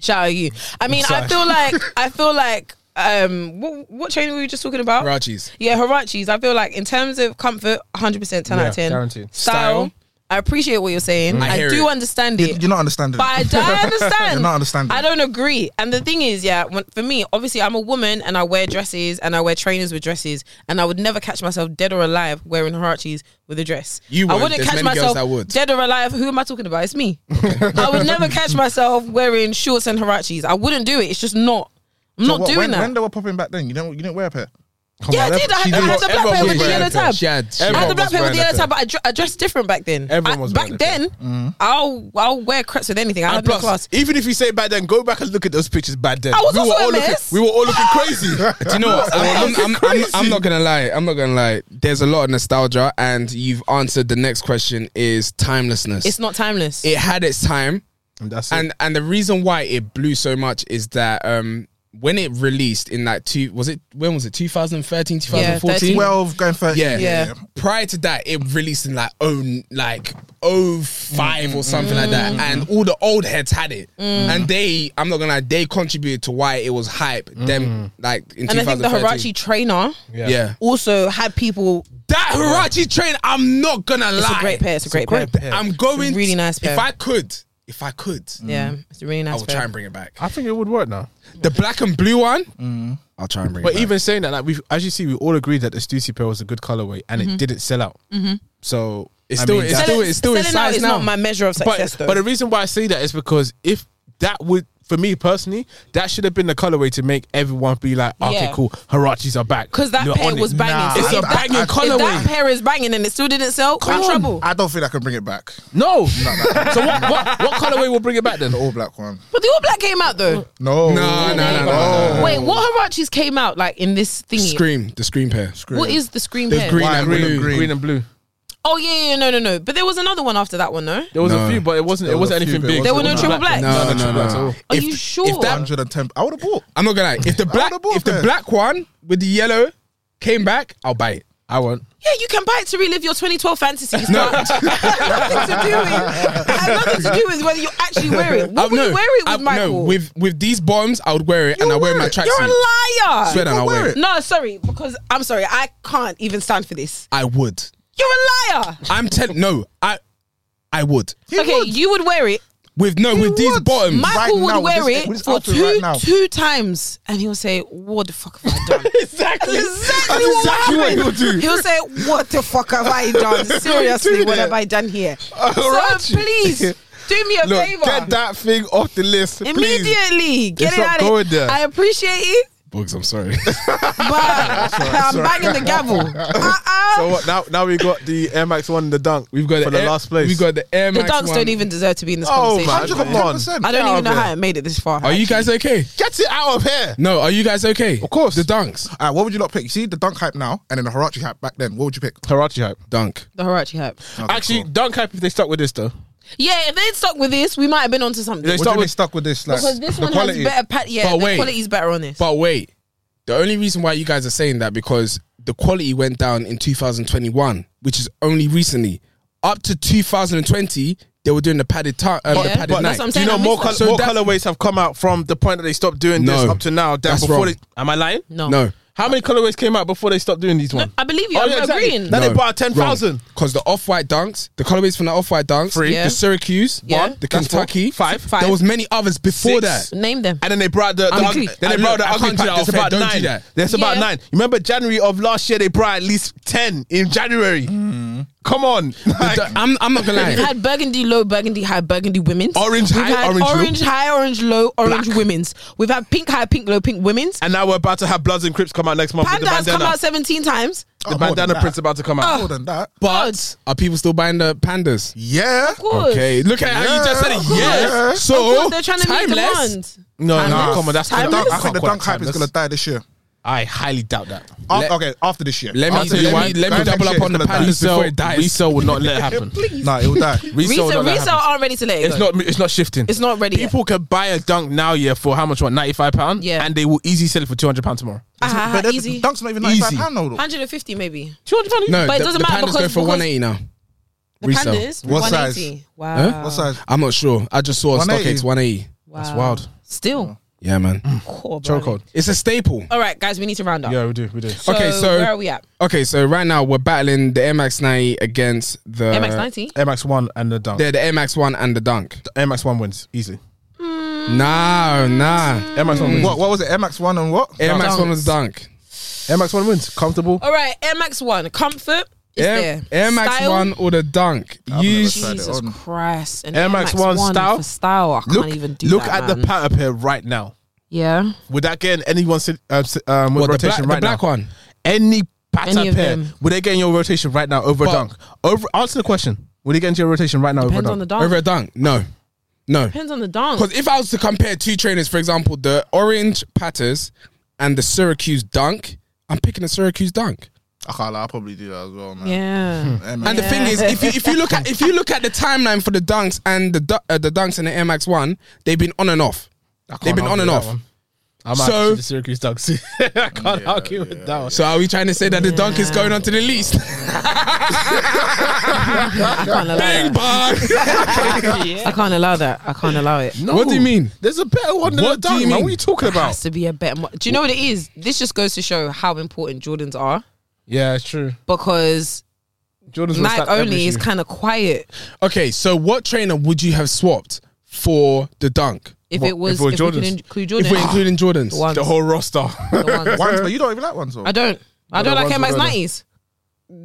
Shout out you. I mean, I
Sorry.
feel like, I feel like, um, what, what chain were we just talking about?
Rachis.
Yeah, Hirachis. I feel like in terms of comfort, 100% 10 out
Yeah,
of 10.
guaranteed.
Style,
Style.
I appreciate what you're saying.
I
I,
hear
do
it.
understand
You-
it.
You're not understanding.
but I, do- I understand.
You're not understanding.
I don't agree. And the thing is, yeah, when, for me, obviously, I'm a woman and I wear dresses and I wear trainers with dresses, and I would never catch myself dead or alive wearing Hirachis with a dress.
You
I
won't.
wouldn't
There's
catch
many girls
myself
that would.
dead or alive. Who am I talking about? It's me. I would never catch myself wearing shorts and Hirachis. I wouldn't do it. It's just not. I'm
So
not
what,
doing
when,
that.
When they were popping back then, you didn't, you didn't wear a pair.
yeah, I did. I had, I had the black
Everyone
pair
was
with the
wearing
yellow
a pair.
tab.
She had- she
I had
Everyone
the black
was
paper with the
wearing
yellow
that
tab, but I, dre- I dressed different back then.
Everyone
I-
was
back
wearing that
then.
Mm-hmm.
I'll I'll wear crepes with anything. I had
And
no
plus,
class.
even if you say back then, go back and look at those pictures back then.
I was
we
also
were
a
all looking,
mess.
we were all looking crazy.
Do you know what? I'm, I'm, I'm, I'm, I'm not gonna lie. I'm not gonna lie. There's a lot of nostalgia, and you've answered the next question is timelessness.
It's not timeless.
it had its time.
And that's it.
and and the reason why it blew so much is that um when it released in like two was it when was it 2013 2014
13.
well
Twelve going thirty.
yeah.
Yeah.
prior to that it released in like oh like oh five or something like that and all the old heads had it
Mm.
and they i'm not gonna lie, they contributed to why it was hype them like in
and I think the
2013
Hirachi trainer
yeah.
also had people.
that Hirachi train i'm not gonna
It's
lie
a great pair. It's a great,
great
pair.
pair.
i'm going
really nice
if
pair.
i could if i could
Yeah, it's a really
Mm. i
nice
will
pair.
try and bring it back
I think it would work now.
The black and blue one, I'll try and bring
But
it back.
even saying that, like we, as you see, we all agreed that the Stussy pair was a good colorway, and it didn't sell out. So
It's
I
still-
mean,
it's
that-
still-
Selling-
it's still in
selling out
size
is
now.
not my measure of success,
but,
though.
but the reason why I say that is because if that would, for me personally, that should have been the colorway to make everyone be like, okay,
Yeah.
cool, Hirachis are back.
because that
You're
pair
on it.
was banging.
Nah,
So
It's
if
a
that-
banging
if
colourway.
that pair is banging and it still didn't sell, I'm in trouble.
I don't think I can bring it back.
No. so what, what, what colorway will bring it back then?
All black one.
But the All Black came out though.
No.
No, no, no, no, no, no.
Wait, what Hirachis came out like in this thingy?
Scream, the scream pair.
What is the scream
The
pair?
green
Why
and
green
blue.
and
green. and blue.
Oh yeah, yeah, no, no, no. But there was another one after that one, no?
There was
No.
a few, but it wasn't.
There
It
was
wasn't
a few,
anything
but
big.
it wasn't
There were no triple
Black.
black.
No, no,
Black at all.
no.
Are
If-
you sure?
If that,
110. I would have bought.
I'm not gonna lie. If the black,
would've bought
if the
that.
black one with the yellow came back, I'll buy it.
I won't.
Yeah, you can buy it to relive your 2012 fantasies. No. But it had nothing to do with it had nothing to do with whether you actually wear it. Would
I-
we wear it with
I-
Michael?
No, with with these bombs, I would wear it and I wear my tracksuit.
You're a liar.
Swear down, I'll wear it.
No, sorry, because I'm sorry, I can't even stand for this.
I would.
You're a liar.
I'm telling no, I I would
okay, you would wear it.
with no with these
would.
bottoms.
Michael
now,
would
with
wear
this-
it
with this
for
outfit
two
right now.
two times, and he'll say, "What the fuck have I done?"
exactly.
exactly what
exactly what
happened.
he'll do.
He'll say, "What the fuck have I done? Seriously,
do
what
that.
have I done here?"
right.
so please do me a
Look,
favor.
get that thing off the list, please.
Immediately, get
It's
it
not
out
going
of
there.
I appreciate it,
Bugs, I'm sorry.
but I'm banging the gavel. Uh-uh.
So what? Now, now we got the Air Max One, the Dunk.
We've got
for
the
the
Air-
last place.
We've got the Air
the
Max
dunks
one.
don't even deserve to be in this
Oh man,
conversation.
come on!
I don't even know how it made it this far.
Are you guys okay?
Get it out of here.
No, are you guys okay? Of
course.
The dunks.
All right, what would you lot pick? You see the dunk hype now and then the Harachi hype back then. What would you pick?
Karachi hype.
Dunk.
the Harachi hype?
Actually, Dunk hype. If they stuck with this though,
Yeah, if they'd stuck with this, we might have been onto something.
They
What
Start
do you mean
with-
stuck with this? Like,
because this
the
one
quality.
has better. Pat- yeah,
But
the
wait.
quality's better on this.
But wait, the only reason why you guys are saying that because the quality went down in 2021, which is only recently. Up to 2020, they were doing the padded time. Uh, the
Yeah.
padded
But
night.
that's what I'm
do
saying,
you know
I
more,
missed
col-
that.
So
more
that-
colorways have come out from the point that they stopped doing this
No.
up to now? Than
That's
before
wrong.
They- am I lying?
No.
No, Oh,
How many colorways came out before they stopped doing these ones?
I believe you. I'm agreeing.
Then
No,
they bought ten thousand.
Because the off white dunks, the colorways from the off white dunks,
Three.
Yeah.
the Syracuse,
Yeah.
one, the
That's four.
Kentucky,
Five.
Five.
There was many others before
Six.
that.
Name them.
And then they brought the, the
I'm
ug-
agree.
then they
I-
brought
look,
the
I
ugly
can't do
pack.
that
There's
off air.
about
Don't do
nine.
that.
There's about
Yeah.
nine. Remember January of last year they brought at least ten in January. Come on,
Mm. The
Like,
dun- I'm, I'm not gonna
We've
lie.
had burgundy low, burgundy high, burgundy women's.
Orange
We've
high,
had
orange low.
orange high, orange low, orange women's. We've had pink high, pink low, pink women's.
and now we're about to have Bloods and Crips come out next month. with
Panda has
the
come
bandana,
out 17 times.
Oh,
the
more than
bandana
that.
print's about to come
Oh.
out.
More than that.
But are people still buying the pandas?
Yeah.
Of course.
Okay, look at how you just said it.
Yeah.
Yes.
Of
So
Of course, they're trying to make
timeless.
demand.
No, no,
Nah,
come on, that's
the
timeless.
dunk- I
can't
think the
call
dunk
that
hype is going
timeless.
to die this year.
I highly doubt that.
Af-
Let-
okay, after this year.
Let me,
after
let
this year.
me, let me
Next
double
year,
up on the
it's gonna die.
pandas before it dies.
resale would not let it happen.
Nah, it will die.
Resale, would
Resale,
not let it
resale
happen.
aren't ready to let it
It's
go.
not. It's not shifting.
It's not ready yet.
People can buy a dunk now, yeah, for how much? What ninety five pound?
Yeah.
and they will easily sell it for two hundred pound tomorrow.
Ah,
But
easy.
the dunk's not even 95
Easy.
pound though.
150 maybe.
Two hundred pound.
No,
But it
the,
doesn't
the
matter
pandas go
because-
for
because-
180 now.
The
Resale.
pandas?
What
180. Wow.
Huh?
What size?
I'm not sure. I just saw a stock
180.
X 180.
Wow.
That's wild.
Still.
Yeah, man.
Mm.
Cool, bro.
Chokehold.
It's a staple.
All right, guys, we need to round up.
Yeah, we do. We do.
Okay, so-
where are we at?
Okay, so right now we're battling the MX 90 against the
MX ninety.
Air Max One and the dunk.
Yeah, the MX one and the dunk.
Air Max One wins easily.
No, nah.
Air Max One wins.
What, what was it? MX 1 and what?
Air Max one was dunk.
Air Max One wins. Comfortable.
All right, Air Max One comfort is
Air,
there.
Air Max
Style?
one or the dunk. You
never tried it.
Jesus
on.
Christ. An
Air Max One style?
for style. I can't
Look,
even do
look
that,
at
man.
the pattern pair right now.
yeah.
Would that get in anyone sit- uh, sit- um, with
What, the
rotation
black- the
right now?
black one?
Any pattern
Any of
pair?
them.
Would they get in your rotation right now over a
But-
dunk? Over answer the question. Would they get into your rotation right now over a
Depends on
dunk?
the dunk.
over a dunk. No, no.
Depends on the dunk.
Because if I was to compare two trainers, for example, the orange patters and the Syracuse dunk, I'm picking the Syracuse dunk.
I can't lie, I'll probably do that as well, man.
Yeah.
And
And the thing is, if you, if you look at if you look at the timeline for the dunks and the du- uh, the dunks and the Air Max one, they've been on and off. They've been on and off.
I'm
So-
so, the Syracuse dunk. I can't argue with that one.
So are we trying to say that the dunk is going on to the least?
I can't allow
Bang
that.
bang.
I can't allow that. I can't allow it.
No.
What do you mean?
There's a better one than a
What do
dunk.
you
man.
mean?
What are you talking
There
about?
has to be a better. Mo- do you know what it is? This just goes to show how important Jordans are
Yeah, it's true.
because
Jordan's
Nike only is kind of quiet.
Okay, so what trainer would you have swapped for the dunk?
If
What-
it was,
if it were
if we could
Jordans?
include
If we're
Jordans,
including Jordans,
the ones,
the whole roster.
the ones.
ones, but you don't even like ones though.
I don't. I don't
the
like
ones
Air Max
with the-
nineties.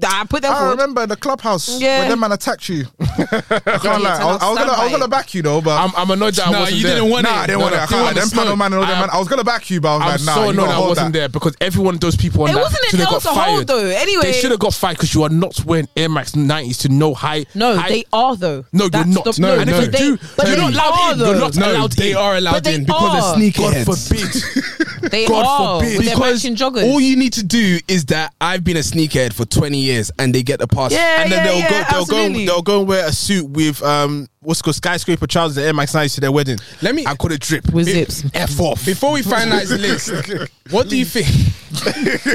I put them
I
forward.
remember the clubhouse
Yeah.
when them man attacked you. I can't lie. I was, I was gonna, I was gonna back you though, but
I'm, I'm annoyed that I
No,
wasn't
you
there.
didn't want
nah,
it.
I didn't
No,
want it.
no,
I
you
can't lie.
want
Them
the smoke.
panel man, and all them
I'm-
man. I was gonna back you, but I was
I'm
like, nah,
so
you
annoyed
gotta
I
hold
wasn't
that.
there because every one of those people on
It
that
wasn't
should
an
have got
Elsa hold
fired.
though. Anyway,
They should have got fired because you are not wearing Air Max 90s to no high.
No,
high-
they are though.
No, you're not.
the-
No,
and
no.
if you
they-
do,
but
you're
they
not allowed
are,
in. You're
though.
not
No,
allowed
they
in.
are allowed
But they
in because
are.
they're
God
sneakerheads.
forbid.
They
God
are
forbid.
with their
Because
matching joggers.
all you need to do is that I've been a sneakerhead for 20 years and they get the pass.
Yeah,
and then
yeah,
they'll
yeah,
go, they'll
absolutely.
go, they'll go and wear a suit with um, what's it called skyscraper trousers, the Air Max 90s to their wedding.
Let me-
I call it drip.
With zips.
F off.
Before we finalize the list, what do you think?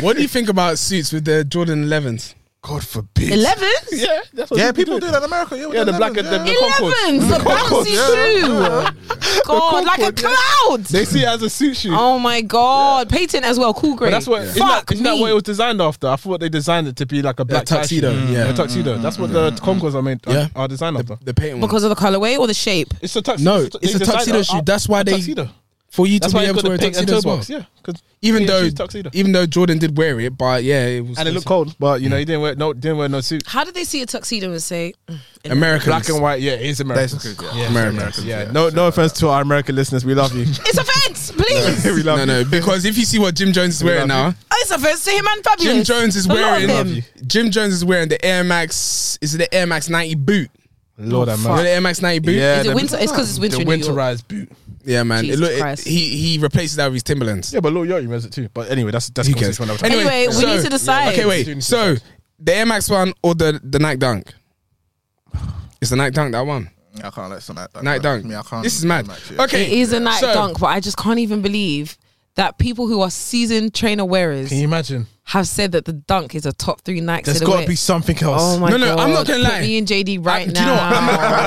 what do you think about suits with the Jordan 11s?
God forbid.
Eleven?
Yeah, that's what
Yeah, people do that in America. Yeah, with
Yeah, the
lemons,
black and the,
yeah.
the Concord.
Elevens, a bouncy shoe. God, like a
Concord, yeah.
cloud.
They see it as a suit shoe.
Oh my god, patent as well. Cool, great.
But that's what isn't,
Fuck
that, isn't that
me.
what it was designed after? I thought they designed it to be like a black tie
tuxedo,
shoe.
yeah.
a tuxedo. That's what the Concords are made
Yeah.
are designed after.
The patent one.
because of the colorway or the shape.
It's a tuxedo.
No, it's a tuxedo shoe. That's why they
tuxedo.
for you
That's
to
why
be
you
able
got
to wear
to
a
paint and
tuxedo
toe
as well.
box. Yeah, 'cause
even
yeah,
though
she's tuxedo.
even though Jordan did wear it, but yeah, it was
and it looked cold, but you know he didn't wear no didn't wear no suit.
How did they see a tuxedo and say "Mm,
American.
Black and white, yeah, it is
That's
American.
good, yeah.
Yeah,
Americans,
yeah. No, no offense to our American listeners, we love you.
it's offense, please?
we love
No,
you.
no, because if you see what Jim Jones is wearing now,
It's offense to him and fabulous.
Jim Jones is
A lot of
wearing
them.
Jim Jones is wearing the Air Max. Is it the Air Max ninety boot?
Lord have
You know
mercy.
the Air Max ninety boot?
Yeah,
Is it
the-
winter? It's because it's winter
the
in New York.
winterized boot.
yeah, man. It
Jesus
look, it,
Christ.
he he replaces that with his Timberlands.
Yeah, but Lord Yachty wears it too. But anyway, that's that's
Who
cool,
cares?
so it's one other time.
Anyway, we
so-
need to decide.
Okay, wait. So the Air Max one or the the Nike Dunk? It's the Nike Dunk that one.
I can't let some night dunk.
Nike Dunk.
Me, I can't.
This is mad.
Match it.
Okay,
It is a night
so-
dunk, but I just can't even believe that people who are seasoned trainer wearers
Can you imagine?
have said that the dunk is a top three Nike.
There's got to be something else.
Oh my
No,
god!
no, I'm not gonna
Put
lie.
Me and JD
I-
right
do
now.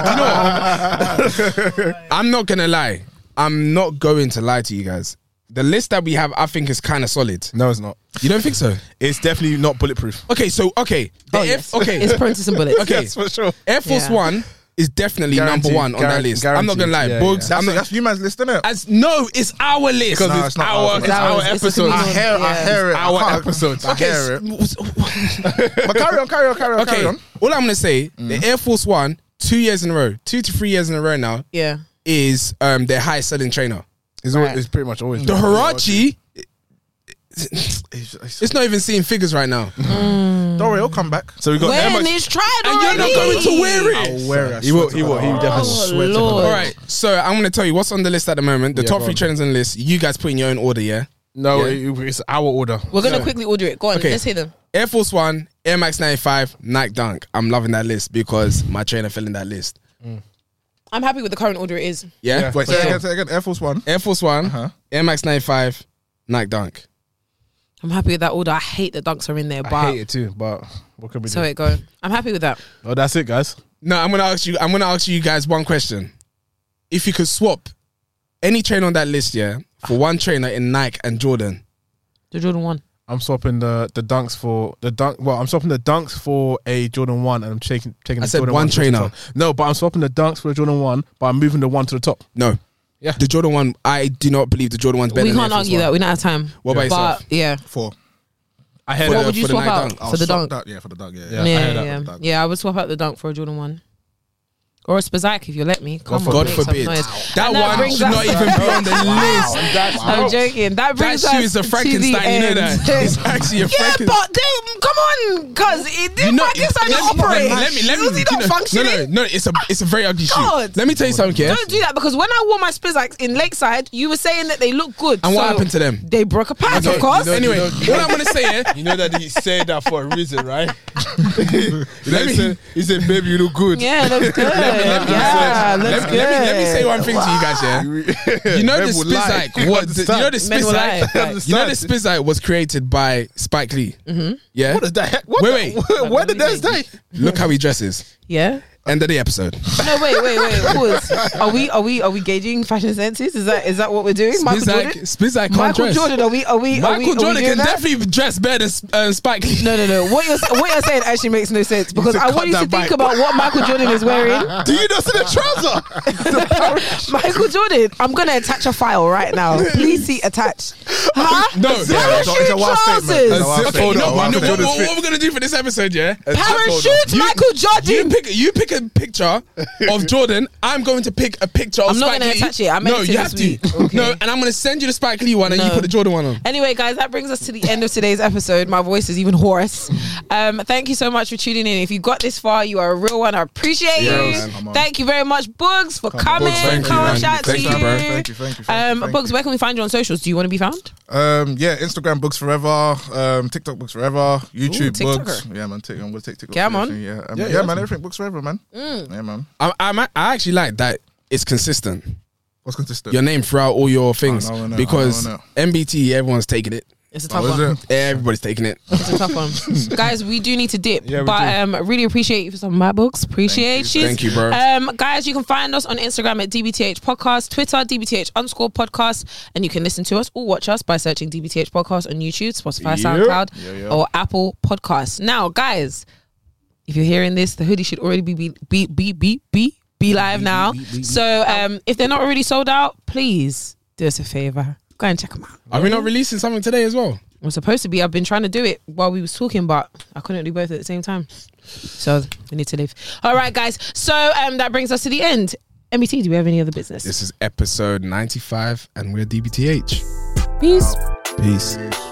you know what? I'm not, do you know what? I'm not gonna lie. I'm not going to lie to you guys. The list that we have, I think, is kind of solid.
No, it's not.
You don't think so?
It's definitely not bulletproof.
Okay, so okay, the
Oh,
Air-
yes.
okay,
It's prone to some bullets.
Okay.
Yes, for sure.
Air Force
Yeah.
One is definitely number
Guaranteed,
one on that
guaran-
list. I'm not gonna lie,
guaranteed. Yeah,
Boggs.
That's,
I'm not,
that's you man's list, innit?
as no, it's our list.
Because
No,
it's not
our,
ours.
it's
It's
our
ours. It's a
episode.
communal-
I hear, I
Yeah.
hear it.
Our
I can't-
episodes.
I
Okay,
hear it.
s-
But carry on, carry on, carry on,
okay.
carry on. Mm.
All I'm gonna say, the Air Force One, two years in a row, two to three years in a row now,
Yeah.
is um their highest selling trainer.
It's,
Right.
always, it's pretty much always
The Hirachi,
It's- it's-
it's not even seeing figures right now.
Don't worry, it'll come back.
So we got Air
When
Max-
it's tried
And you're
already.
not going to wear it.
I'll wear it. I
He will.
swear
He
to
will.
God.
He definitely.
Oh,
swear to
Lord.
God.
All right, so I'm gonna tell you what's on the list at the moment. The
Yeah,
top
go
three
on.
trainers on the list. You guys put in your own order, yeah.
No,
Yeah.
it- it's our order.
We're gonna quickly order it. Go on.
Okay.
Let's hear them.
Air Force One, Air Max 95, Nike Dunk. I'm loving that list because my trainer fell in that list.
I'm happy with the current order. It is.
Yeah.
Wait, say
Yeah.
it again, say it again. Air Force One.
Air Force One,
Uh-huh.
Air Max 95, Nike Dunk.
I'm happy with that order. I hate the dunks are in there,
I
but
hate it too, but what could we
so
do?
it go. I'm happy with that.
Oh, that's it, guys.
No, I'm gonna ask you. I'm gonna ask you guys one question. If you could swap any trainer on that list, yeah, for one trainer in Nike and Jordan,
The Jordan one.
I'm swapping the the dunks for the dunk. Well, I'm swapping the dunks for a Jordan One, and I'm taking taking.
I
the
said
Jordan
one
to the
trainer.
top. No, but I'm swapping the dunks for a Jordan One, but I'm moving the one to the top.
no.
Yeah.
The Jordan One, I do not believe the Jordan One's better.
we
than
can't
the Air Force
argue
One.
that. We're not out of time.
What about
but
yourself?
yeah.
Four.
I heard.
For
What
the-
would you
for the
swap
Nike
out
dunk.
for the
swap
dunk?
that- Yeah, for the dunk. Yeah,
Yeah.
Yeah,
I heard
yeah,
that
yeah.
for the dunk.
I would swap out the dunk for a Jordan one. Or a Spazak if you let me. Come on,
Oh, God
make
forbid.
Some noise.
That
And that
one
brings
should
us-
not even be on the list.
I'm joking. That
That
brings
shoe
us
is a
to the
Frankenstein. You know
end.
that. It's actually
Yeah,
a Frankenstein.
but then come on, because it
You
did
know-
Frankenstein
let
not
me-
operate.
Let me, let me,
Is he
do you
not
know-
functioning?
No, no, no. It's a, it's a very ugly shoe.
God.
Let me tell you something. Yeah?
Don't do that because when I wore my Spizikes in Lakeside, you were saying that they look good.
And what
so
happened to them?
They broke apart,
Okay,
of course.
you know-
anyway,
you know-
all I'm gonna say, yeah,
You know that he said that for a reason, right?
let me, let me,
he said, "Baby, you look good."
yeah, looks good. yeah, looks
let me,
good.
let me say one thing to you guys, yeah. You know
Men
the
will lie.
Spizike was you know the
Men will lie.
Spizike you know the Spizike was created by Spike Lee. Mm-hmm. Yeah,
What is that? What
Wait,
the- Where did that stay?
look how he dresses.
Yeah.
End of the episode.
No, wait, wait, wait. Pause. Are we, are we, are we gauging fashion senses? Is that, is that what we're doing? Michael
Spizike,
Jordan.
Spizike can't
Michael
dress.
Jordan. Are we, are we, are we, are
Michael
we
Jordan
doing
can
that?
definitely dress better than um, Spike Lee.
No, no, no. What you're what you're saying actually makes no sense because
said
I
cut
want you to
that
think
bike.
about what Michael Jordan is wearing.
Do you not see the trouser?
Michael Jordan, I'm gonna attach a file right now. Please see attached. Huh?
No,
parachute
yeah,
it's a- it's a wild statement. It's a
trousers.
wild-
Okay, you
Hold
know
on,
what- you
Michael
know what,
Jordan's
what,
fit.
we're gonna do for this episode, yeah?
Parachute,
You-
Michael
You
Jordan.
pick you pick a picture of Jordan. I'm going to pick a picture of
I'm not
Spike
gonna
Lee.
attach it. I meant
no,
to
you
this
have
week.
to. No, and I'm gonna send you the Spike Lee one, and you
No. Eh.
put the Jordan one on.
Anyway, guys, that brings us to the end of today's episode. My voice is even hoarse. Um, thank you so much for tuning in. If you got this far, you are a real one. I appreciate
Yes,
you.
come on.
Thank you very much, Bugs, for coming.
Bugs, thank you,
Come
man.
shout
Thank
to
you,
you.
bro.
Thank you, thank you, thank you,
um,
thank
Bugs,
you.
where can we find you on socials? Do you want to be found?
Um, yeah, Instagram books forever, um, TikTok books forever, YouTube
TikToker.
books. Yeah, man, take, I'm gonna take TikTok.
Yeah,
for
man.
everything, Yeah, um,
Yeah,
yeah,
yeah.
man, everything books forever, man.
Mm.
Yeah, man.
I, I'm a- I actually like that. It's consistent.
What's consistent?
Your name throughout all your things
I know, I know,
because
I know, I
MBT everyone's taking it.
It's a tough
Oh,
one.
is it?
Everybody's taking it.
It's a tough one, guys. We do need to dip,
Yeah, we
but um, really appreciate you for some of my books. Appreciate you.
Thank you, bro.
Um, guys, you can find us on Instagram at dbth podcast, Twitter dbth underscore podcast, and you can listen to us or watch us by searching dbth podcast on YouTube, Spotify,
Yeah.
SoundCloud, or Apple Podcasts. Now, guys, if you're hearing this, the hoodie should already be be be be be be, be live now. So, um, if they're not already sold out, please do us a favor. Go and check them out.
Are we not releasing something today as well?
I'm supposed to be. I've been trying to do it while we was talking, but I couldn't do both at the same time. So we need to leave. All right, guys. So um, that brings us to the end. MET, do we have any other business?
This is episode 95, and we're DBTH.
Peace.
Peace.
Peace.